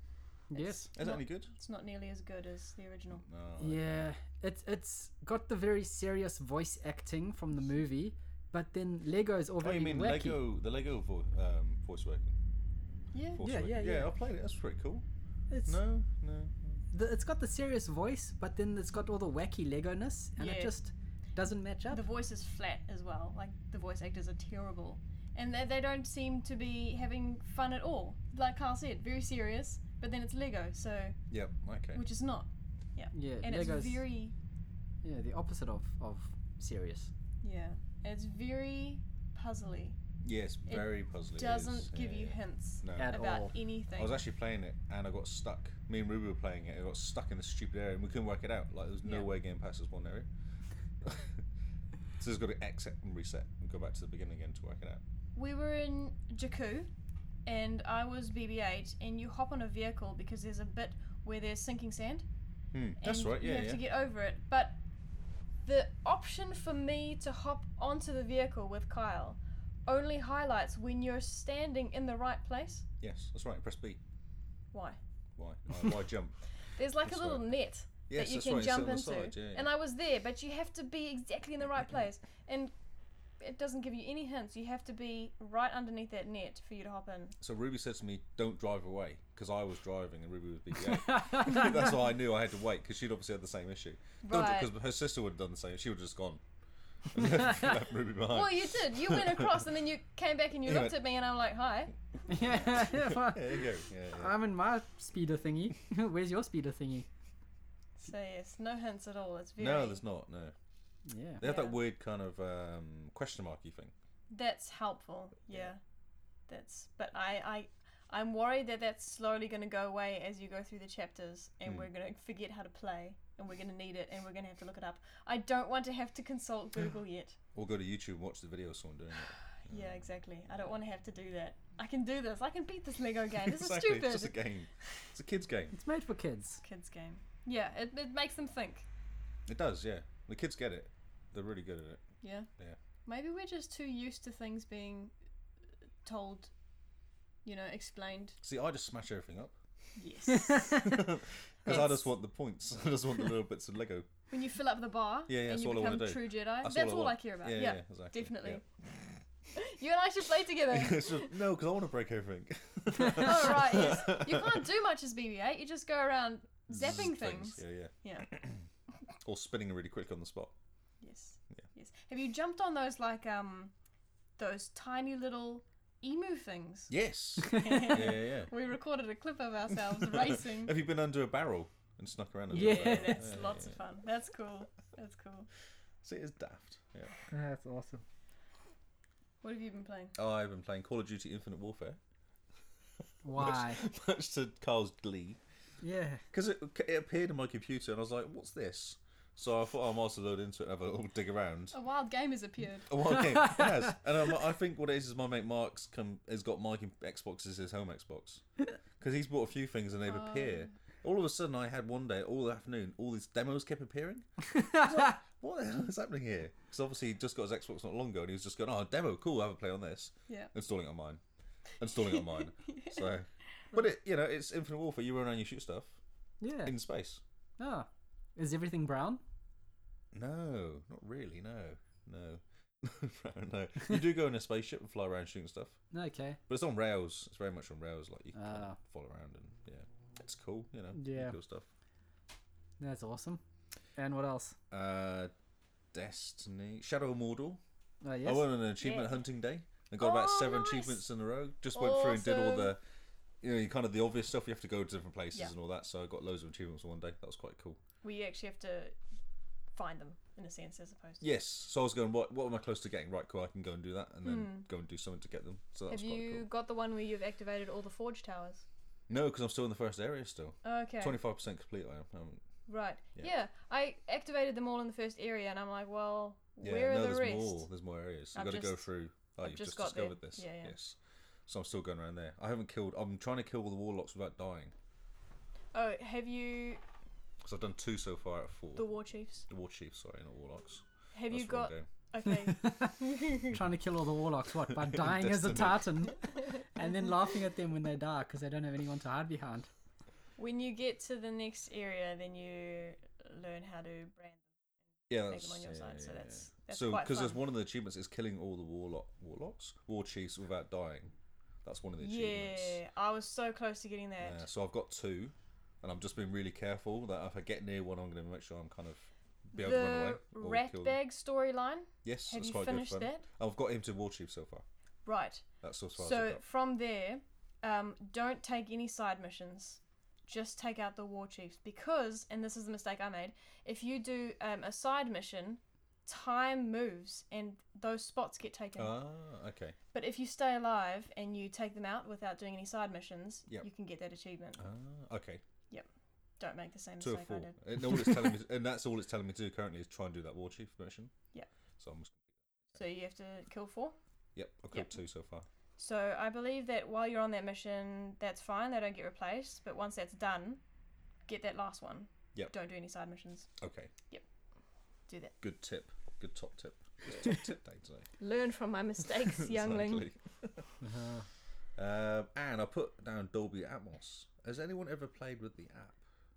Speaker 1: Yes.
Speaker 2: Is that
Speaker 4: not-
Speaker 2: any good?
Speaker 4: It's not nearly as good as the original.
Speaker 2: No.
Speaker 1: Yeah, it's it's got the very serious voice acting from the movie, but then Lego's all
Speaker 2: Oh,
Speaker 1: very
Speaker 2: you mean
Speaker 1: wacky.
Speaker 2: Lego? The Lego vo- um, voice working.
Speaker 4: Yeah.
Speaker 2: Force
Speaker 1: Yeah,
Speaker 2: Awakens.
Speaker 1: yeah, yeah.
Speaker 2: I played it. That's pretty cool.
Speaker 1: It's
Speaker 2: No, no.
Speaker 1: the, it's got the serious voice, but then it's got all the wacky Legoness, and it
Speaker 4: Yeah.
Speaker 1: just doesn't match up.
Speaker 4: The voice is flat as well. Like the voice actors are terrible, and they, they don't seem to be having fun at all. Like Carl said, very serious. But then it's Lego, so
Speaker 2: Yep. Okay.
Speaker 4: which is not,
Speaker 1: yeah,
Speaker 4: and
Speaker 1: Lego's
Speaker 4: it's very
Speaker 1: yeah the opposite of of serious.
Speaker 4: yeah, and it's very puzzly.
Speaker 2: Yes.
Speaker 4: It
Speaker 2: Very puzzling. it is.
Speaker 4: Doesn't give
Speaker 2: Yeah,
Speaker 4: you
Speaker 2: yeah.
Speaker 4: hints
Speaker 2: No.
Speaker 1: At
Speaker 4: about
Speaker 1: all.
Speaker 4: anything.
Speaker 2: I was actually playing it and I got stuck. Me and Ruby were playing it. and I got stuck in the stupid area and we couldn't work it out. Like there was no
Speaker 4: Yeah.
Speaker 2: way getting past this one area. so there's got to exit and reset and go back to the beginning again to work it out.
Speaker 4: We were in Jakku, and I was BB-8, and you hop on a vehicle because there's a bit where there's sinking sand.
Speaker 2: Hmm. That's
Speaker 4: and
Speaker 2: right.
Speaker 4: You
Speaker 2: Yeah,
Speaker 4: have
Speaker 2: yeah.
Speaker 4: to get over it. But the option for me to hop onto the vehicle with Kyle only highlights when you're standing in the right place.
Speaker 2: yes, that's right. Press B.
Speaker 4: Why?
Speaker 2: Why? Why, why jump?
Speaker 4: There's like
Speaker 2: That's
Speaker 4: a little
Speaker 2: right.
Speaker 4: net
Speaker 2: Yes,
Speaker 4: that you
Speaker 2: that's
Speaker 4: can
Speaker 2: right.
Speaker 4: jump
Speaker 2: it's
Speaker 4: into.
Speaker 2: sit on the side. Yeah, yeah.
Speaker 4: And I was there, but you have to be exactly in the right place. And it doesn't give you any hints. You have to be right underneath that net for you to hop in.
Speaker 2: So Ruby said to me, "Don't drive away," because I was driving and Ruby was BBA. That's why I knew I had to wait because she'd obviously had the same issue.
Speaker 4: Right.
Speaker 2: Because her sister would have done the same. She would have just gone. And left left Ruby behind.
Speaker 4: Well, you did. You went across, and then you came back and you
Speaker 2: Yeah,
Speaker 4: looked
Speaker 2: but-
Speaker 4: at me, and I'm like, "Hi."
Speaker 1: yeah,
Speaker 2: yeah, there you go. Yeah,
Speaker 4: Oh,
Speaker 2: yeah.
Speaker 1: I'm in my speeder thingy. Where's your speeder thingy?
Speaker 4: So yes, no hints at all. It's very.
Speaker 2: No, there's not. No,
Speaker 1: Yeah.
Speaker 2: they have
Speaker 4: Yeah.
Speaker 2: that weird kind of um, question marky thing.
Speaker 4: That's helpful. Yeah. That's. But I, I, I'm worried that that's slowly going to go away as you go through the chapters, and
Speaker 2: Hmm.
Speaker 4: we're going to forget how to play, and we're going to need it, and we're going to have to look it up. I don't want to have to consult Google yet.
Speaker 2: Or go to YouTube and watch the video of someone doing it.
Speaker 4: Yeah, exactly. I don't want to have to do that. I can do this. I can beat this Lego game. This
Speaker 2: exactly.
Speaker 4: is stupid.
Speaker 2: It's just a game. It's a kids' game.
Speaker 1: It's made for kids.
Speaker 4: Kids game. Yeah, it, it makes them think.
Speaker 2: It does. Yeah, the kids get it. They're really good at it.
Speaker 4: Yeah.
Speaker 2: Yeah.
Speaker 4: Maybe we're just too used to things being uh, told, you know, explained.
Speaker 2: See, I just smash everything up
Speaker 4: Yes.
Speaker 2: because I
Speaker 4: Yes.
Speaker 2: just want the points. I just want the little bits of Lego.
Speaker 4: when you fill up the bar
Speaker 2: Yeah, yeah,
Speaker 4: and
Speaker 2: that's
Speaker 4: you
Speaker 2: all I wanna
Speaker 4: become
Speaker 2: do.
Speaker 4: true Jedi, that's, all, I,
Speaker 2: want.
Speaker 4: care about.
Speaker 2: Yeah,
Speaker 4: Yeah,
Speaker 2: yeah, exactly.
Speaker 4: definitely.
Speaker 2: Yeah.
Speaker 4: You and I should play together.
Speaker 2: It's just, no, because I want to break everything.
Speaker 4: all right. Yes. You can't do much as BB-8. You just go around zapping things.
Speaker 2: Yeah, yeah.
Speaker 4: Yeah.
Speaker 2: Or spinning really quick on the spot.
Speaker 4: Yes. Yes. Have you jumped on those like um, those tiny little emu things?
Speaker 2: Yes. yeah, yeah, yeah.
Speaker 4: We recorded a clip of ourselves racing.
Speaker 2: Have you been under a barrel and snuck around? Under
Speaker 1: Yeah.
Speaker 2: a barrel?
Speaker 4: That's lots of fun. That's cool. That's cool.
Speaker 2: See, it's daft. Yeah.
Speaker 1: That's awesome.
Speaker 4: What have you been playing?
Speaker 2: Oh, I've been playing Call of Duty Infinite Warfare,
Speaker 1: Why?
Speaker 2: much to Carl's glee,
Speaker 1: yeah.
Speaker 2: because it, it appeared in my computer, and I was like, "What's this?" So I thought "Oh, I might as well load into it and have a little dig around.
Speaker 4: A wild game has appeared.
Speaker 2: Oh, well, okay, it has. And I'm, I think what it is is my mate Mark's come, has got my com- Xbox as his home Xbox because he's bought a few things and they've appeared. All of a sudden, I had one day, all afternoon, all these demos kept appearing. I was like, what the hell is happening here? Because obviously, he just got his Xbox not long ago, and he was just going, "Oh, demo, cool, have a play on this."
Speaker 4: Yeah.
Speaker 2: Installing it on mine, installing it on mine. So, but it, you know, it's Infinite Warfare. You run around, you shoot stuff
Speaker 1: Yeah.
Speaker 2: in space.
Speaker 1: Oh. Is everything brown?
Speaker 2: No, not really. No, no, no. You do go in a spaceship and fly around shooting stuff.
Speaker 1: Okay.
Speaker 2: But it's on rails. It's very much on rails. Like you can kind
Speaker 1: Ah.
Speaker 2: of follow around and yeah, it's cool. You know,
Speaker 1: Yeah.
Speaker 2: cool stuff.
Speaker 1: That's awesome. And what else?
Speaker 2: Uh, Destiny, Shadow of Mordor.
Speaker 1: Oh, yes.
Speaker 2: I went on an achievement
Speaker 4: Yeah.
Speaker 2: hunting day. I got about
Speaker 4: Oh,
Speaker 2: seven
Speaker 4: nice.
Speaker 2: achievements in a row. Just went through and did all
Speaker 4: Awesome.
Speaker 2: the, you know, you kind of the obvious stuff. You have to go to different places
Speaker 4: Yeah.
Speaker 2: and all that. So I got loads of achievements in one day. That was quite cool.
Speaker 4: We actually have to find them in a sense, as opposed to.
Speaker 2: Yes. So I was going, what? What am I close to getting? Right, cool. I can go and do that, and then go and do something to get them. So that
Speaker 4: Hmm. Have
Speaker 2: was quite
Speaker 4: you
Speaker 2: cool.
Speaker 4: got the one where you've activated all the forge towers?
Speaker 2: No, because I'm still in the first area still.
Speaker 4: Okay.
Speaker 2: Twenty five percent complete. I am. I haven't-
Speaker 4: Right.
Speaker 2: Yeah.
Speaker 4: Yeah. I activated them all in the first area, and I'm like, well,
Speaker 2: Yeah,
Speaker 4: where are
Speaker 2: no,
Speaker 4: the
Speaker 2: there's
Speaker 4: rest?
Speaker 2: more. There's more areas. You've
Speaker 4: I've
Speaker 2: got to go
Speaker 4: just-
Speaker 2: through. Oh,
Speaker 4: I've
Speaker 2: you've just,
Speaker 4: just got there.
Speaker 2: discovered this.
Speaker 4: Yeah, yeah.
Speaker 2: Yes. So I'm still going around there. I haven't killed. I'm trying to kill all the warlocks without dying.
Speaker 4: Oh, have you
Speaker 2: Because I've done two so far out of four.
Speaker 4: the war chiefs?
Speaker 2: The war chiefs, sorry, not warlocks.
Speaker 4: Have
Speaker 2: That's
Speaker 4: you
Speaker 2: the wrong
Speaker 4: got
Speaker 2: game.
Speaker 3: Okay.
Speaker 1: trying to kill all the warlocks, what, by dying as a
Speaker 2: Destiny.
Speaker 1: tartan and then laughing at them when they die because they don't have anyone to hide behind.
Speaker 3: when you get to the next area, then you learn how to brand
Speaker 2: Yeah,
Speaker 3: make them on your side. so that's that's
Speaker 2: so
Speaker 3: quite
Speaker 2: because
Speaker 3: fun.
Speaker 2: there's one of the achievements is killing all the warlock warlocks war chiefs without dying. That's one of the achievements.
Speaker 3: Yeah, I was so close to getting that.
Speaker 2: Yeah, so I've got two, and I'm just being really careful that if I get near one, I'm going to make sure I'm kind of be able to run away
Speaker 3: the
Speaker 2: or
Speaker 3: rat
Speaker 2: kill them.
Speaker 3: bag storyline.
Speaker 2: Yes,
Speaker 3: Have
Speaker 2: that's
Speaker 3: you
Speaker 2: quite
Speaker 3: finished
Speaker 2: good fun.
Speaker 3: that?
Speaker 2: I've got him to war chief so far.
Speaker 3: Right.
Speaker 2: That's as far as I've
Speaker 3: So
Speaker 2: got.
Speaker 3: from there, um, don't take any side missions. Just take out the war chiefs because, and this is the mistake I made. If you do um, a side mission, time moves and those spots get taken.
Speaker 2: Ah, okay.
Speaker 3: but if you stay alive and you take them out without doing any side missions,
Speaker 2: Yep.
Speaker 3: you can get that achievement.
Speaker 2: Ah, okay.
Speaker 3: Don't make the same
Speaker 2: Two
Speaker 3: mistake
Speaker 2: of
Speaker 3: I
Speaker 2: four,
Speaker 3: did.
Speaker 2: and all it's telling me, and that's all it's telling me to do currently is try and do that war chief mission.
Speaker 3: Yep.
Speaker 2: So I'm. Just,
Speaker 3: So you have to kill four.
Speaker 2: yep, I've killed
Speaker 3: Yep.
Speaker 2: two so far.
Speaker 3: So I believe that while you're on that mission, that's fine. They don't get replaced. But once that's done, get that last one.
Speaker 2: Yep.
Speaker 3: Don't do any side missions.
Speaker 2: Okay,
Speaker 3: Do that.
Speaker 2: good tip. Good top tip. It's top tip day today.
Speaker 3: Learn from my mistakes, youngling.
Speaker 2: Exactly.
Speaker 1: Uh-huh.
Speaker 2: Um, and I put down Dolby Atmos. Has anyone ever played with the app?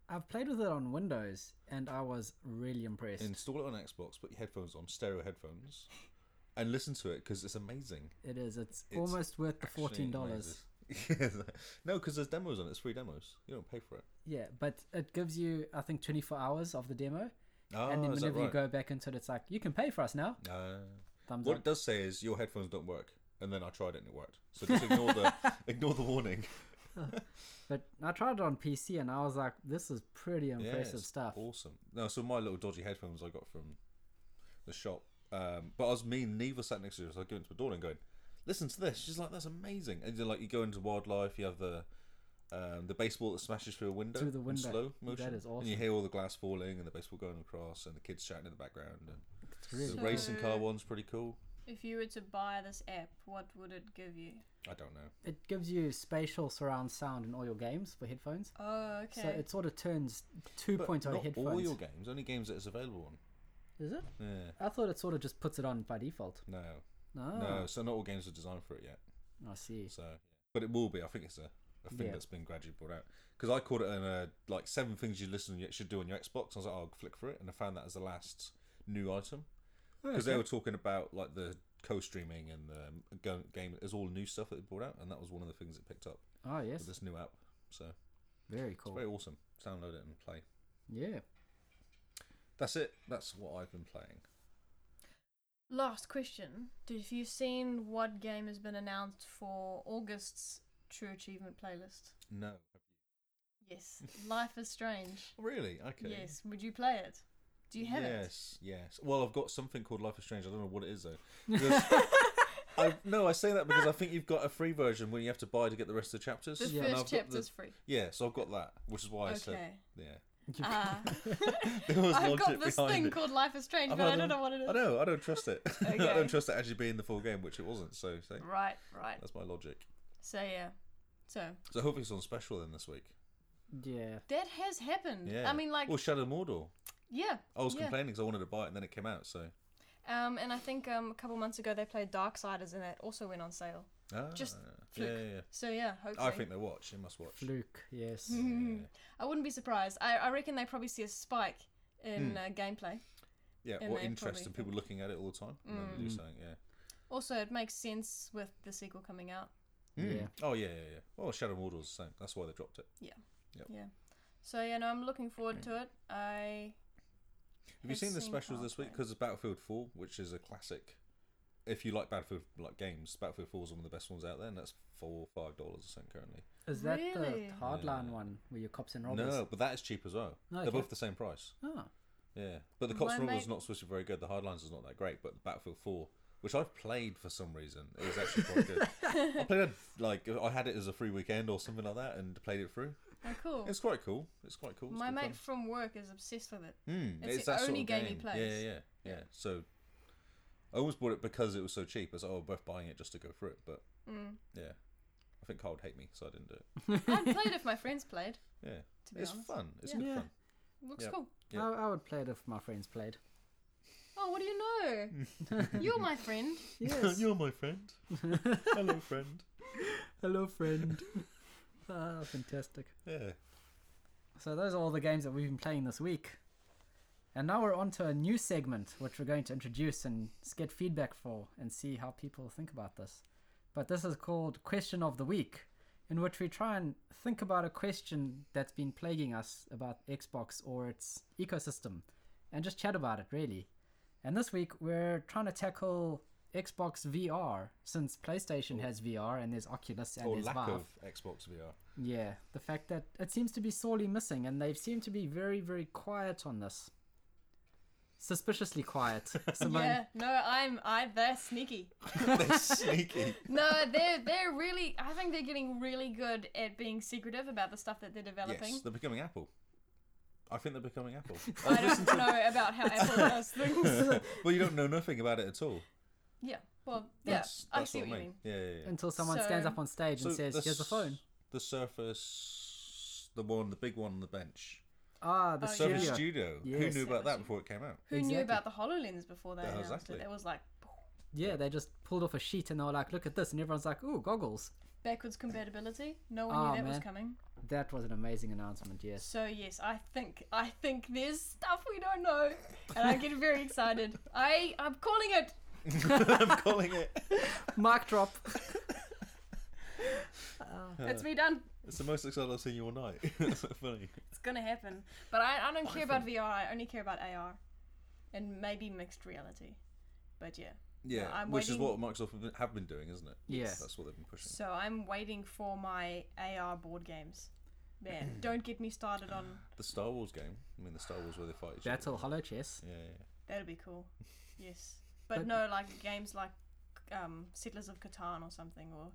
Speaker 1: I've played with it on Windows and I was really impressed.
Speaker 2: Install it on Xbox, put your headphones on, stereo headphones, and listen to it because it's amazing.
Speaker 1: it is. It's,
Speaker 2: It's
Speaker 1: almost worth the
Speaker 2: Actually
Speaker 1: fourteen dollars.
Speaker 2: amazing. no, because there's demos on it. It's free demos. You don't pay for it.
Speaker 1: Yeah, but it gives you I think twenty four hours of the demo,
Speaker 2: Ah,
Speaker 1: and then
Speaker 2: is
Speaker 1: whenever
Speaker 2: that
Speaker 1: you
Speaker 2: right?
Speaker 1: go back into it, it's like you can pay for us now.
Speaker 2: Ah.
Speaker 1: Thumbs
Speaker 2: what
Speaker 1: up.
Speaker 2: it does say is your headphones don't work. And then I tried it and it worked. So just ignore the ignore the warning.
Speaker 1: But I tried it on PC and I was like, this is pretty
Speaker 2: Yeah,
Speaker 1: impressive
Speaker 2: it's
Speaker 1: stuff.
Speaker 2: Awesome. No, so my little dodgy headphones I got from the shop. Um, but I was mean, neither sat next to her, so I give it to my daughter and going, listen to this. She's like, that's amazing. And you're like, you go into wildlife, you have the um, the baseball that smashes through a window.
Speaker 1: Through the
Speaker 2: in
Speaker 1: window.
Speaker 2: slow
Speaker 1: That
Speaker 2: motion.
Speaker 1: is
Speaker 2: And you
Speaker 1: awesome.
Speaker 2: hear all the glass falling and the baseball going across and the kids shouting in the background. And
Speaker 1: It's really
Speaker 2: the
Speaker 3: So-
Speaker 2: racing car one's pretty cool.
Speaker 3: If you were to buy this app, what would it give you?
Speaker 2: I don't know.
Speaker 1: it gives you spatial surround sound in all your games for headphones.
Speaker 3: Oh, okay.
Speaker 1: So it sort of turns 2.0
Speaker 2: But
Speaker 1: headphones.
Speaker 2: not all your games, only games that it's available
Speaker 1: Is it?
Speaker 2: on. Yeah.
Speaker 1: I thought it sort of just puts it on by default.
Speaker 2: No.
Speaker 1: No.
Speaker 2: No, so not all games are designed for it yet.
Speaker 1: Oh, I see.
Speaker 2: So, but it will be. I think it's a, a thing
Speaker 1: Yeah.
Speaker 2: that's been gradually brought out. Because I called it an, uh, like seven things you listen you should do on your Xbox. I was like, I'll flick for it, and I found that as the last new item
Speaker 1: Oh,
Speaker 2: because they were talking about like the co-streaming and the um, go- game. It was all new stuff that they brought out, and that was one of the things it picked up
Speaker 1: Oh,
Speaker 2: with
Speaker 1: yes.
Speaker 2: this new app. So
Speaker 1: Very
Speaker 2: it's
Speaker 1: cool.
Speaker 2: very awesome. Download it and play.
Speaker 1: Yeah.
Speaker 2: That's it. That's what I've been playing.
Speaker 3: Last question. Did have you seen what game has been announced for August's True Achievement playlist?
Speaker 2: No,
Speaker 3: Yes. Life is Strange.
Speaker 2: really? Okay.
Speaker 3: Yes. Would you play it? Do you have it?
Speaker 2: yes, Yes, Well, I've got something called Life is Strange. I don't know what it is though. Because- I, no, I say that because I think you've got a free version where you have to buy to get the rest of the chapters.
Speaker 3: The
Speaker 2: And I've
Speaker 3: first
Speaker 2: got
Speaker 3: chapter's
Speaker 2: the-
Speaker 3: free.
Speaker 2: yeah, so I've got that, which is why I said
Speaker 3: Okay.
Speaker 2: yeah.
Speaker 3: Ah.
Speaker 2: There was
Speaker 3: I've got
Speaker 2: logic
Speaker 3: this
Speaker 2: behind
Speaker 3: thing
Speaker 2: it.
Speaker 3: called Life is Strange,
Speaker 2: I've
Speaker 3: but I
Speaker 2: had
Speaker 3: don't
Speaker 2: them-
Speaker 3: know what it is.
Speaker 2: I know. I don't trust it. I
Speaker 3: Okay.
Speaker 2: don't trust it actually being the full game, which it wasn't. So, so
Speaker 3: Right, right.
Speaker 2: that's my logic.
Speaker 3: So yeah. So
Speaker 2: So hopefully it's on special then this week.
Speaker 1: Yeah.
Speaker 3: that has happened.
Speaker 2: Yeah.
Speaker 3: I mean like
Speaker 2: well, Shadow of Mordor.
Speaker 3: yeah.
Speaker 2: I was
Speaker 3: yeah.
Speaker 2: complaining because I wanted to buy it, and then it came out. So
Speaker 3: Um and I think um a couple months ago they played Darksiders and that also went on sale.
Speaker 2: ah,
Speaker 3: Just
Speaker 2: yeah,
Speaker 3: fluke.
Speaker 2: yeah, yeah.
Speaker 3: So yeah, hopefully.
Speaker 2: I think they watch. They must watch.
Speaker 1: Fluke. Yes.
Speaker 3: Mm-hmm.
Speaker 2: Yeah.
Speaker 3: I wouldn't be surprised. I, I reckon they probably see a spike
Speaker 2: Hmm.
Speaker 3: in uh, gameplay.
Speaker 2: Yeah,
Speaker 3: And
Speaker 2: what
Speaker 3: they
Speaker 2: interest
Speaker 3: probably Mm.
Speaker 2: in people looking at it all the time? And then they do something, yeah.
Speaker 3: Also, it makes sense with the sequel coming out.
Speaker 1: Yeah.
Speaker 2: Oh yeah, yeah, yeah. Well, Shadow of Mordor's the same. That's why they dropped it.
Speaker 3: Yeah. So yeah, no, I'm looking forward to it. I
Speaker 2: Have you
Speaker 3: I've
Speaker 2: seen the
Speaker 3: seen
Speaker 2: specials this week?
Speaker 3: Halfway.
Speaker 2: Because it's Battlefield 4, which is a classic. If you like Battlefield like games, Battlefield 4 is one of the best ones out there, and that's four or five dollars or something currently.
Speaker 1: Is that
Speaker 3: Really?
Speaker 1: the hardline
Speaker 2: Yeah.
Speaker 1: one where your cops and
Speaker 2: No,
Speaker 1: robbers?
Speaker 2: no, but that is cheap as well.
Speaker 1: Okay.
Speaker 2: They're both the same price.
Speaker 1: Oh.
Speaker 2: Yeah, but the Cops
Speaker 3: My
Speaker 2: and Robbers is
Speaker 3: mate-
Speaker 2: not supposed to be very good. The Hardlines is not that great, but Battlefield 4, which I've played for some reason, it was actually quite good. I played it like I had it as a free weekend or something like that, and played it through.
Speaker 3: oh cool.
Speaker 2: It's quite cool. It's quite cool. It's
Speaker 3: My
Speaker 2: good
Speaker 3: mate
Speaker 2: fun.
Speaker 3: from work is obsessed with it.
Speaker 2: Mm,
Speaker 1: Hmm.
Speaker 3: It's the
Speaker 2: that sort
Speaker 3: only
Speaker 2: of
Speaker 3: game he
Speaker 2: Yeah,
Speaker 3: plays.
Speaker 2: Yeah, yeah, yeah, So I almost bought it because it was so cheap. I was like, oh, worth buying it just to go through it. But
Speaker 3: Mm.
Speaker 2: yeah, I think Carl would hate me, so I didn't do it.
Speaker 3: I'd played if my friends played.
Speaker 2: Yeah,
Speaker 3: To be
Speaker 2: it's
Speaker 3: honest,
Speaker 2: fun. It's
Speaker 3: Yeah.
Speaker 2: good
Speaker 1: Yeah.
Speaker 2: fun.
Speaker 3: looks
Speaker 2: Yep.
Speaker 3: cool.
Speaker 2: Yeah.
Speaker 1: I, I would play it if my friends played.
Speaker 3: Oh, what do you know? You're my friend.
Speaker 1: Yes.
Speaker 2: You're my friend. Hello, friend.
Speaker 1: Hello, friend. ah, fantastic.
Speaker 2: Yeah.
Speaker 1: So those are all the games that we've been playing this week. And now we're on to a new segment which we're going to introduce and s- get feedback for and see how people think about this. But this is called Question of the Week, in which we try and think about a question that's been plaguing us about Xbox or its ecosystem and just chat about it really. And this week we're trying to tackle Xbox VR since PlayStation has VR and there's Oculus and
Speaker 2: or
Speaker 1: there's
Speaker 2: lack
Speaker 1: Valve.
Speaker 2: of Xbox VR.
Speaker 1: Yeah, the fact that it seems to be sorely missing, and they seem to be very, very quiet on this. Suspiciously quiet. Simone,
Speaker 3: Yeah. No, I'm. I. They're sneaky.
Speaker 2: They're sneaky.
Speaker 3: No, they're they're really. I think they're getting really good at being secretive about the stuff that they're developing.
Speaker 2: Yes, they're becoming Apple. I think they're becoming Apple.
Speaker 3: I don't know about how Apple does things.
Speaker 2: well, you don't know nothing about it at all.
Speaker 3: Yeah. Well. Yeah.
Speaker 2: That's,
Speaker 3: I
Speaker 2: that's
Speaker 3: see
Speaker 2: what
Speaker 3: what
Speaker 2: I
Speaker 3: you
Speaker 2: mean.
Speaker 3: mean.
Speaker 2: Yeah, yeah, yeah.
Speaker 1: until someone stands
Speaker 3: So-
Speaker 1: up on stage and says, "Here's the
Speaker 2: s-
Speaker 1: phone."
Speaker 2: The Surface, the one, the big one on the bench.
Speaker 1: Ah, the
Speaker 3: Oh, yeah.
Speaker 1: studio.
Speaker 2: Surface Studio.
Speaker 1: Yes.
Speaker 2: Who knew about
Speaker 3: Surface
Speaker 2: that before it came out?
Speaker 3: Who
Speaker 1: Exactly.
Speaker 3: knew about the Hololens before they
Speaker 2: Yeah,
Speaker 3: announced
Speaker 2: exactly.
Speaker 3: it? It was like
Speaker 1: Yeah, they just pulled off a sheet and they were like, "Look at this," and everyone's like, "Ooh, goggles."
Speaker 3: backwards compatibility. No one
Speaker 1: Oh,
Speaker 3: knew that was
Speaker 1: man.
Speaker 3: coming.
Speaker 1: That was an amazing announcement. Yes.
Speaker 3: So yes, I think I think there's stuff we don't know, and I get very excited. I I'm calling it.
Speaker 2: I'm calling it.
Speaker 1: Mic drop.
Speaker 3: It's me done.
Speaker 2: It's the most excited I've seen you all night. That's so funny.
Speaker 3: It's gonna happen. But I, I don't care about VR. I only care about AR, and maybe mixed reality. But yeah,
Speaker 2: Yeah,
Speaker 3: I'm
Speaker 2: which is
Speaker 3: waiting-
Speaker 2: what Microsoft have been- have been doing, isn't it?
Speaker 1: Yes.
Speaker 2: That's what they've been pushing.
Speaker 3: so I'm waiting for my AR board games. Man, don't get me started on.
Speaker 2: The Star Wars game. I mean, the Star Wars where they fight each other.
Speaker 1: Battle Hollow Chess.
Speaker 2: Yeah, yeah.
Speaker 3: That'll be cool. Yes, but,
Speaker 1: But-
Speaker 3: no, like games like um, Settlers of Catan or something or.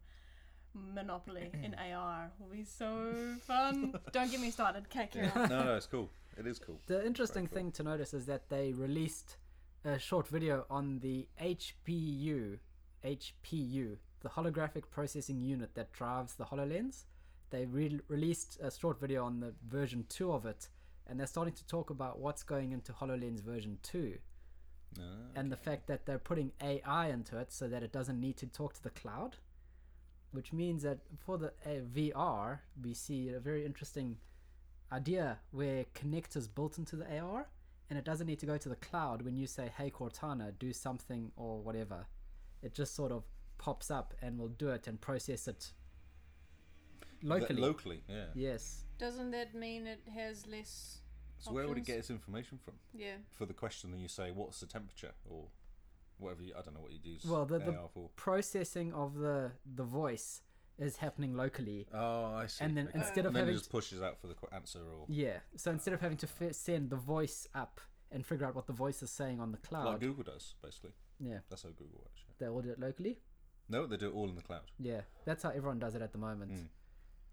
Speaker 3: Monopoly in AR will be so fun. Don't get me started. Okay, carry on.
Speaker 2: yeah. no, no, it's cool. It is cool.
Speaker 1: The interesting
Speaker 2: Very cool.
Speaker 1: thing to notice is that they released a short video on the HPU, HPU, the holographic processing unit that drives the HoloLens. They re- released a short video on the version 2 of it, and they're starting to talk about what's going into HoloLens version 2
Speaker 2: Ah.
Speaker 1: and the fact that they're putting AI into it so that it doesn't need to talk to the cloud, which means that for the uh, VR, we see a very interesting idea where Connect is built into the AR and it doesn't need to go to the cloud when you say, hey, Cortana, do something or whatever. It just sort of pops up and will do it and process it
Speaker 2: That-
Speaker 1: locally.
Speaker 2: locally, yeah.
Speaker 1: yes.
Speaker 3: Doesn't that mean it has less?
Speaker 2: So where would it
Speaker 3: Options.
Speaker 2: get its information from?
Speaker 3: Yeah.
Speaker 2: For the question, then you say, "What's the temperature?" or whatever. You, I don't know what you use.
Speaker 1: Well, the- the-
Speaker 2: AR for.
Speaker 1: Processing of the, the voice is happening locally.
Speaker 2: Oh, I see.
Speaker 1: And then
Speaker 2: Okay.
Speaker 1: instead of
Speaker 2: and then
Speaker 1: having
Speaker 2: it just pushes out for the qu- answer or
Speaker 1: Yeah. So instead of having to f- send the voice up and figure out what the voice is saying on the cloud,
Speaker 2: like Google does, basically.
Speaker 1: yeah,
Speaker 2: That's how Google works. Yeah.
Speaker 1: they will do it locally.
Speaker 2: No, they do it all in the cloud.
Speaker 1: Yeah, that's how everyone does it at the moment.
Speaker 2: Hmm.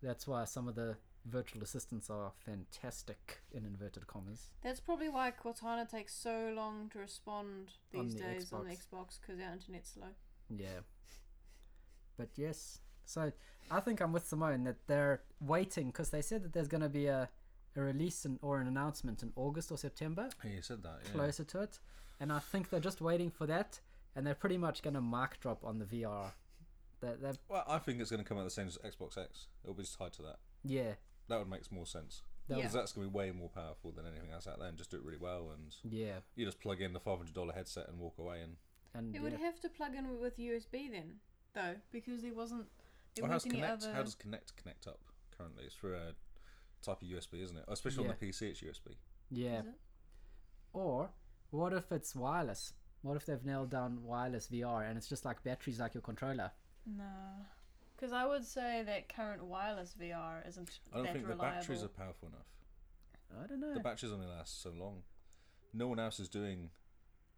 Speaker 1: That's why some of the virtual assistants are fantastic in inverted commas.
Speaker 4: That's probably why Cortana takes so long to respond these
Speaker 1: On the
Speaker 4: days on the
Speaker 1: Xbox.
Speaker 4: Xbox because our internet's slow.
Speaker 1: Yeah. But yes, so I think I'm with Simone that they're waiting because they said that there's going to be a, a release and or an announcement in August or September.
Speaker 2: Hey, you said that. Yeah.
Speaker 1: closer to it, and I think they're just waiting for that, and they're pretty much going to mark drop on the VR. That that
Speaker 2: Well, I think it's going to come out the same as Xbox X. It'll be just tied to that.
Speaker 1: yeah
Speaker 2: That would make more sense
Speaker 1: That
Speaker 2: because that's going to be way more powerful than anything else out there, and just do it really well. And
Speaker 1: yeah,
Speaker 2: you just plug in the five hundred dollar headset and walk away. And
Speaker 1: and
Speaker 4: It
Speaker 1: yeah.
Speaker 4: would have to plug in with USB then, though, because there wasn't there
Speaker 2: Well, how's
Speaker 4: weren't any
Speaker 2: Connect?
Speaker 4: other.
Speaker 2: How does Connect connect up currently? It's through a type of USB, isn't it? Oh, especially on the PC, it's USB.
Speaker 1: yeah.
Speaker 4: it?
Speaker 1: Or what if it's wireless? What if they've nailed down wireless VR and it's just like batteries like your controller?
Speaker 3: No. Because I would say that current wireless VR isn't
Speaker 2: I don't
Speaker 3: that
Speaker 2: think
Speaker 3: reliable.
Speaker 2: the batteries are powerful enough.
Speaker 1: I don't know.
Speaker 2: The batteries only last so long. No one else is doing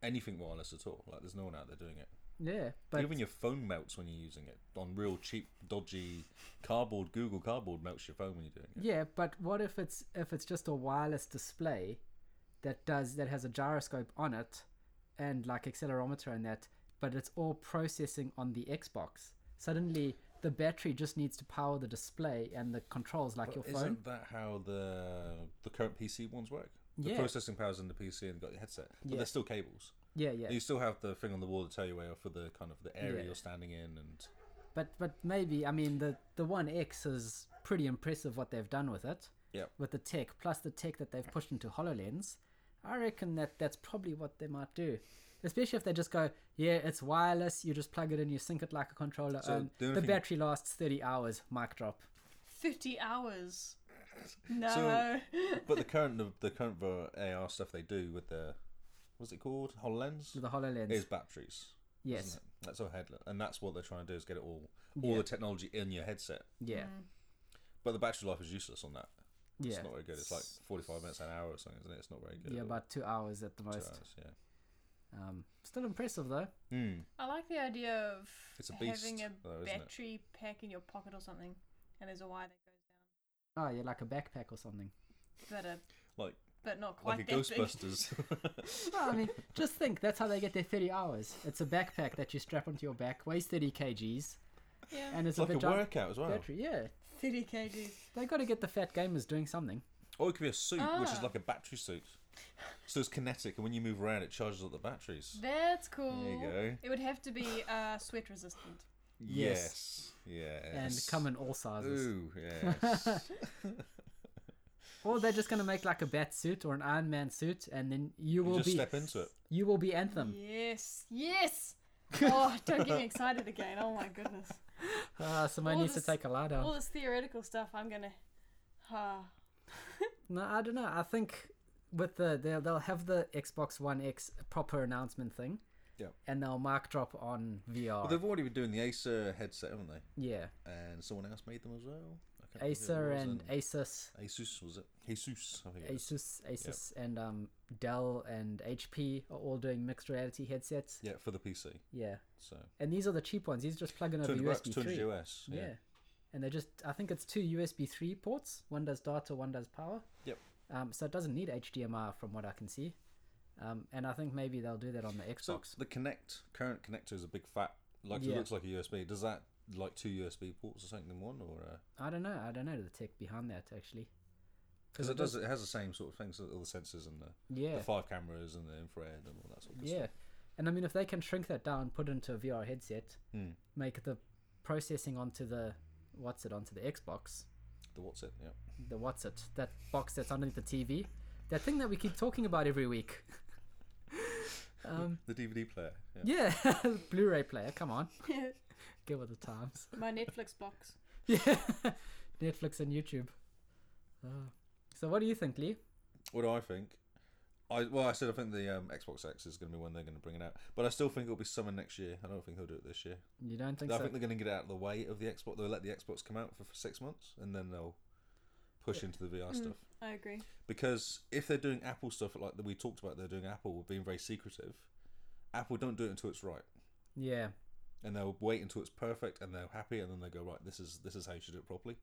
Speaker 2: anything wireless at all. Like there's no one out there doing it.
Speaker 1: yeah, but
Speaker 2: Even your phone melts when you're using it on real cheap, dodgy cardboard. Google cardboard melts your phone when you're doing it.
Speaker 1: yeah, but what if it's if it's just a wireless display that does that has a gyroscope on it and like accelerometer and that, but it's all processing on the Xbox. Suddenly, the battery just needs to power the display and the controls like
Speaker 2: But
Speaker 1: your phone.
Speaker 2: Isn't that how the the current PC ones work? The
Speaker 1: Yeah.
Speaker 2: processing power's in the PC and got the headset, but
Speaker 1: Yeah.
Speaker 2: they're still cables.
Speaker 1: Yeah, yeah.
Speaker 2: You still have the thing on the wall to tell you where for the kind of the area
Speaker 1: Yeah.
Speaker 2: you're standing in, and
Speaker 1: But but maybe I mean the the one X is pretty impressive what they've done with it.
Speaker 2: Yep.
Speaker 1: With the tech plus the tech that they've pushed into Hololens, I reckon that that's probably what they might do. Especially if they just go, yeah, it's wireless. You just plug it in, you sync it like a controller.
Speaker 2: So
Speaker 1: um,
Speaker 2: the only
Speaker 1: the
Speaker 2: thing-
Speaker 1: battery lasts thirty hours. Mic drop.
Speaker 3: 50 hours. No.
Speaker 2: but the current the current ver- AR stuff they do with the what's it called Hololens
Speaker 1: with The Hololens.
Speaker 2: is batteries.
Speaker 1: yes.
Speaker 2: isn't it? That's all headless, and that's what they're trying to do is get it all all
Speaker 1: Yeah.
Speaker 2: the technology in your headset.
Speaker 1: Yeah.
Speaker 2: But the battery life is useless on that.
Speaker 1: Yeah.
Speaker 2: It's not very good. It's like forty five minutes an hour or something, isn't it? It's not very good.
Speaker 1: yeah,
Speaker 2: at all.
Speaker 1: about two hours at the
Speaker 2: Two
Speaker 1: most.
Speaker 2: hours, yeah.
Speaker 1: Um, still impressive though.
Speaker 2: Mm.
Speaker 3: I like the idea of
Speaker 2: It's a
Speaker 3: having
Speaker 2: beast,
Speaker 3: a
Speaker 2: though, isn't it?
Speaker 3: battery pack in your pocket or something, and there's a wire that
Speaker 1: Oh yeah, like a backpack or something.
Speaker 3: goes down. But, a,
Speaker 2: Like
Speaker 3: but not quite
Speaker 2: like a
Speaker 3: that big.
Speaker 2: Ghostbusters.
Speaker 1: Well, I mean, just think that's how they get their 30 hours. It's a backpack that you strap onto your back, weighs 30 kgs,
Speaker 3: Yeah.
Speaker 1: and it's,
Speaker 2: it's like
Speaker 1: a
Speaker 2: a
Speaker 1: vagina
Speaker 2: workout as well.
Speaker 1: battery. Yeah,
Speaker 3: 30 kgs.
Speaker 1: they got to get the fat gamers doing something.
Speaker 2: Or it could be a suit, which is
Speaker 3: Ah.
Speaker 2: like a battery suit. So it's kinetic, and when you move around, it charges up the batteries.
Speaker 3: That's cool.
Speaker 2: There you go.
Speaker 3: It would have to be uh, sweat resistant.
Speaker 1: Yes.
Speaker 2: Yes.
Speaker 1: And come in all sizes.
Speaker 2: Ooh, yes.
Speaker 1: Or they're just gonna make like a bat suit or an Iron Man suit, and then you
Speaker 2: you
Speaker 1: will
Speaker 2: just
Speaker 1: be
Speaker 2: step into it.
Speaker 1: you will be Anthem.
Speaker 3: Yes. Yes. oh, don't get me excited again. Oh my goodness.
Speaker 1: Ah, someone
Speaker 3: All
Speaker 1: needs
Speaker 3: this-
Speaker 1: to take a
Speaker 2: Oh.
Speaker 1: lie down.
Speaker 3: All this theoretical stuff, I'm gonna. Uh,
Speaker 1: No, I don't know. I think with the they'll, they'll have the Xbox One X proper announcement thing.
Speaker 2: Yeah.
Speaker 1: And they'll mark drop on VR.
Speaker 2: But they've already been doing the Acer headset, haven't they?
Speaker 1: Yeah.
Speaker 2: And someone else made them as well. I can't remember who it
Speaker 1: Acer
Speaker 2: was,
Speaker 1: and Asus
Speaker 2: Asus was it? Jesus, I think. it is.
Speaker 1: Asus, Asus, and um, Dell and HP are all doing mixed reality headsets.
Speaker 2: Yeah, for the PC.
Speaker 1: Yeah,
Speaker 2: So
Speaker 1: and these are the cheap ones. These just plug in over
Speaker 2: 200 bucks,
Speaker 1: USB
Speaker 2: 200
Speaker 1: three.
Speaker 2: US.
Speaker 1: yeah. and they just I think it's two USB three ports. One does data, one does power.
Speaker 2: Yep.
Speaker 1: Um, so it doesn't need HDMI from what I can see. Um, and I think maybe they'll do that on the
Speaker 2: So
Speaker 1: Xbox.
Speaker 2: the Connect current connector is a big fat, like
Speaker 1: Yeah.
Speaker 2: it looks like a USB. Does that like two USB ports or something in one, or uh,
Speaker 1: I don't know. I don't know the tech behind that actually.
Speaker 2: Because it does, it has the same sort of things, all the sensors and the,
Speaker 1: Yeah.
Speaker 2: the five cameras and the infrared and all that sort of good
Speaker 1: Yeah,
Speaker 2: stuff.
Speaker 1: and I mean if they can shrink that down, put it into a VR headset,
Speaker 2: Hmm.
Speaker 1: make the processing onto the what's it onto the Xbox,
Speaker 2: The what's it? Yeah.
Speaker 1: the what's it that box that's underneath the TV, that thing that we keep talking about every week. um,
Speaker 2: The DVD player. Yeah.
Speaker 1: yeah, Blu-ray player. Come on, give it the times.
Speaker 4: My Netflix box.
Speaker 1: Yeah, Netflix and YouTube. Uh, so what do you think, Lee?
Speaker 2: What do I think? I well, I said I think the um, Xbox X is going to be when they're going to bring it out, but I still think it'll be summer next year. I don't think they'll do it this year.
Speaker 1: You don't think
Speaker 2: I
Speaker 1: so?
Speaker 2: think they're going to get out of the way of the Xbox. They'll let the Xbox come out for, for six months and then they'll push into the VR stuff.
Speaker 4: I agree.
Speaker 2: Because if they're doing Apple stuff like that we talked about, they're doing Apple being very secretive. Apple don't do it until it's right.
Speaker 1: yeah,
Speaker 2: and they'll wait until it's perfect and they're happy and then they go right this is this is how you should do it properly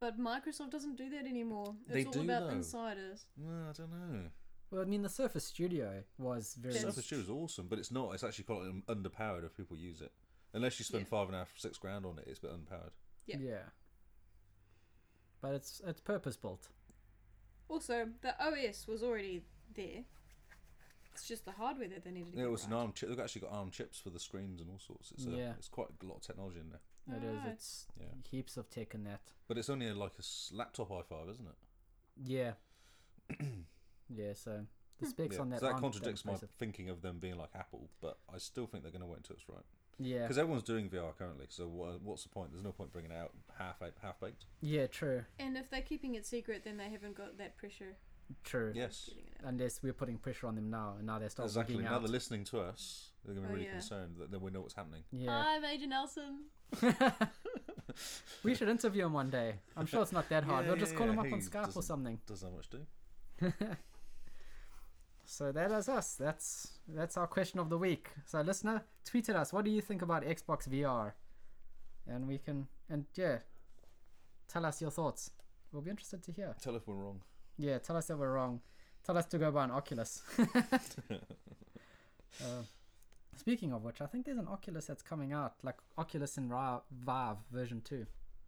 Speaker 4: But Microsoft doesn't do that anymore. It's
Speaker 2: They
Speaker 4: all
Speaker 2: do,
Speaker 4: about
Speaker 2: though.
Speaker 4: insiders.
Speaker 2: no i don't know
Speaker 1: well, I mean the Surface Studio was very.
Speaker 4: Yes.
Speaker 2: surface two is awesome but it's not it's actually quite un- underpowered if people use it unless you spend
Speaker 4: Yeah.
Speaker 2: five and a half six grand on it it's a bit unpowered
Speaker 4: Yeah.
Speaker 1: But it's it's purpose built.
Speaker 4: Also, the OS was already there. It's just the hardware that they needed to
Speaker 2: yeah
Speaker 4: get
Speaker 2: it was an
Speaker 4: right.
Speaker 2: arm chip they've actually got arm chips for the screens and all sorts it's, a,
Speaker 1: Yeah.
Speaker 2: it's quite a lot of technology in there
Speaker 1: It is.
Speaker 4: Alright.
Speaker 1: It's
Speaker 2: Yeah.
Speaker 1: heaps of tech in that.
Speaker 2: but it's only like a s- laptop i5 isn't it
Speaker 1: Yeah. yeah. So the specs
Speaker 2: Yeah.
Speaker 1: on that.
Speaker 2: so that
Speaker 1: aren't that
Speaker 2: contradicts my
Speaker 1: impressive.
Speaker 2: thinking of them being like apple but i still think they're going to wait until it's right
Speaker 1: Yeah.
Speaker 2: because everyone's doing vr currently so what, what's the point there's no point bringing it out half half baked
Speaker 1: Yeah. True.
Speaker 4: And if they're keeping it secret, then they haven't got that pressure
Speaker 1: True.
Speaker 2: yes
Speaker 4: getting it out.
Speaker 1: Unless we're putting pressure on them now, and now they start
Speaker 2: Exactly.
Speaker 1: digging
Speaker 2: Now they're
Speaker 1: out.
Speaker 2: listening to us. They're going to be
Speaker 4: Oh,
Speaker 2: really
Speaker 4: yeah.
Speaker 2: concerned that, that we know what's happening.
Speaker 1: Yeah.
Speaker 4: I'm Agent Nelson.
Speaker 1: we should interview him one day. I'm sure it's not that hard.
Speaker 2: Yeah,
Speaker 1: we'll just
Speaker 2: yeah,
Speaker 1: call him
Speaker 2: yeah,
Speaker 1: up on
Speaker 2: he
Speaker 1: Skype or
Speaker 2: doesn't-
Speaker 1: something.
Speaker 2: Doesn't have much to do.
Speaker 1: So that is us. That's that's our question of the week. So listener, tweet at us. What do you think about Xbox VR? And we can and yeah, tell us your thoughts. We'll be interested to hear.
Speaker 2: Tell if we're wrong.
Speaker 1: Yeah, tell us that we're wrong. Tell us to go buy an Oculus. uh, speaking of which, I think there's an Oculus that's coming out, like Oculus and Ra- Vive version two.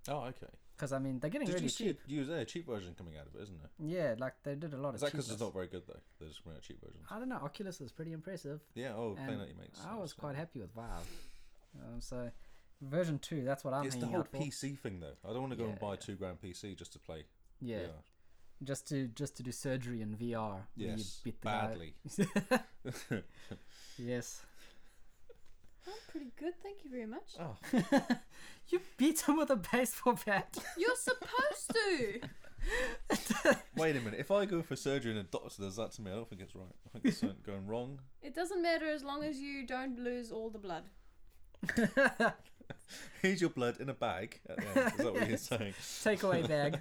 Speaker 2: Oh, okay.
Speaker 1: Because I mean, they're getting
Speaker 2: Did
Speaker 1: really
Speaker 2: you
Speaker 1: cheap.
Speaker 2: see a, use a cheap version coming out of it, isn't it?
Speaker 1: Yeah, like they did a lot
Speaker 2: Is
Speaker 1: of.
Speaker 2: that because it's
Speaker 1: cheapness.
Speaker 2: not very good though? They're just running out cheap versions.
Speaker 1: I don't know. Oculus is pretty impressive.
Speaker 2: Yeah. Oh, playing
Speaker 1: and
Speaker 2: out your mates.
Speaker 1: I was
Speaker 2: That's
Speaker 1: quite
Speaker 2: fine.
Speaker 1: happy with Valve. Um, so, version two. That's what I'm
Speaker 2: It's the
Speaker 1: hanging
Speaker 2: whole
Speaker 1: out for.
Speaker 2: PC thing though. I don't want to go
Speaker 1: Yeah,
Speaker 2: and buy a
Speaker 1: yeah.
Speaker 2: two grand PC just to play.
Speaker 1: Yeah, just to just to do surgery in VR. where you
Speaker 2: Yes.
Speaker 1: beat the guy-
Speaker 2: Badly.
Speaker 1: Yes,
Speaker 4: I'm pretty good, thank you very much.
Speaker 2: Oh.
Speaker 1: you beat him with a baseball bat.
Speaker 4: You're supposed to.
Speaker 2: Wait a minute. If I go for surgery and a doctor does that to me, I don't think it's right. I think it's something going wrong.
Speaker 4: It doesn't matter as long as you don't lose all the blood.
Speaker 2: Here's your blood in a bag. At the end. Is that what you're saying?
Speaker 1: Takeaway bag.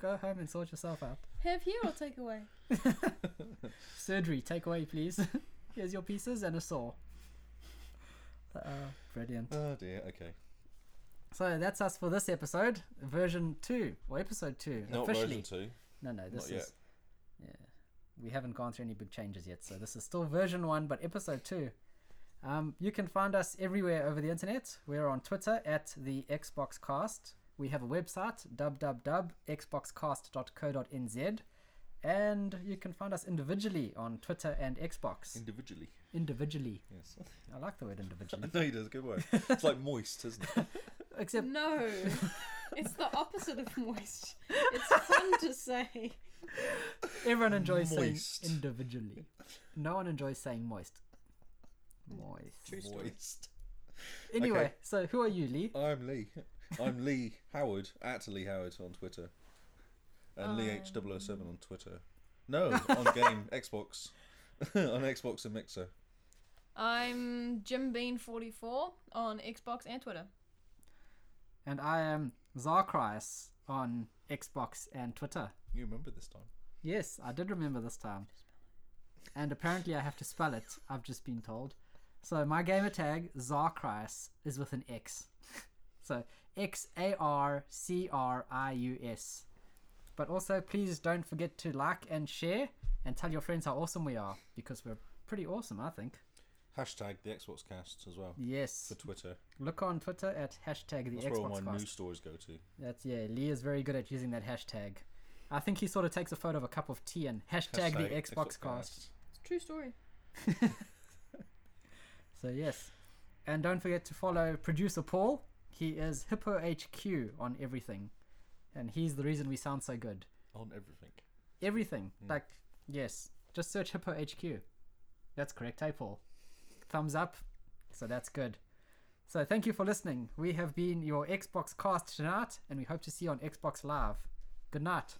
Speaker 1: Go home and sort yourself out.
Speaker 4: Have here or take away?
Speaker 1: Surgery, take away, please. Here's your pieces and a saw. Uh, brilliant.
Speaker 2: Oh dear. Okay.
Speaker 1: So that's us for this episode, version two or episode two,
Speaker 2: Not
Speaker 1: officially.
Speaker 2: version two.
Speaker 1: No, no, this
Speaker 2: Not yet.
Speaker 1: is. Yeah, we haven't gone through any big changes yet, so this is still version one, but episode two. Um, you can find us everywhere over the internet. We're on Twitter at the Xbox Cast. We have a website www.xboxcast.co.nz, and you can find us individually on Twitter and Xbox.
Speaker 2: Individually.
Speaker 1: Individually,
Speaker 2: Yes.
Speaker 1: I like the word individually.
Speaker 2: no, he does. Good work. It's like moist, isn't it?
Speaker 1: Except
Speaker 4: No. it's the opposite of moist. It's fun to say.
Speaker 1: everyone enjoys
Speaker 2: Moist.
Speaker 1: saying individually. No one enjoys saying moist. Moist.
Speaker 4: True story.
Speaker 2: moist.
Speaker 1: Anyway, so who are you, Lee?
Speaker 2: I'm Lee. I'm Lee Howard at Lee Howard on Twitter, and
Speaker 1: Um,
Speaker 2: Lee H007 on Twitter. No, on game Xbox, on Xbox and Mixer.
Speaker 3: I'm Jim Bean 44 on Xbox and Twitter.
Speaker 1: And I am Zarkris on Xbox and Twitter.
Speaker 2: You remember this time?
Speaker 1: Yes, I did remember this time. And apparently I have to spell it, I've just been told. So my gamer tag, Zarkris, is with an X. So X A R C R I U S. But also please don't forget to like and share and tell your friends how awesome we are, because we're pretty awesome, I think.
Speaker 2: Hashtag the Xbox Cast as well
Speaker 1: Yes.
Speaker 2: for Twitter.
Speaker 1: Look on Twitter at hashtag the
Speaker 2: That's where all my
Speaker 1: Xbox Cast.
Speaker 2: news stories go to.
Speaker 1: That's yeah. Lee is very good at using that hashtag. I think he sort of takes a photo of a cup of tea and hashtag, the Xbox cast.
Speaker 4: It's a true story.
Speaker 1: So yes, and don't forget to follow producer Paul. He is Hippo HQ on everything, and he's the reason we sound so good.
Speaker 2: on everything.
Speaker 1: Everything like yes, just search Hippo HQ. That's correct, hey Paul. Thumbs up. So that's good. So thank you for listening. We have been your Xbox cast tonight, and we hope to see you on Xbox Live. Good night.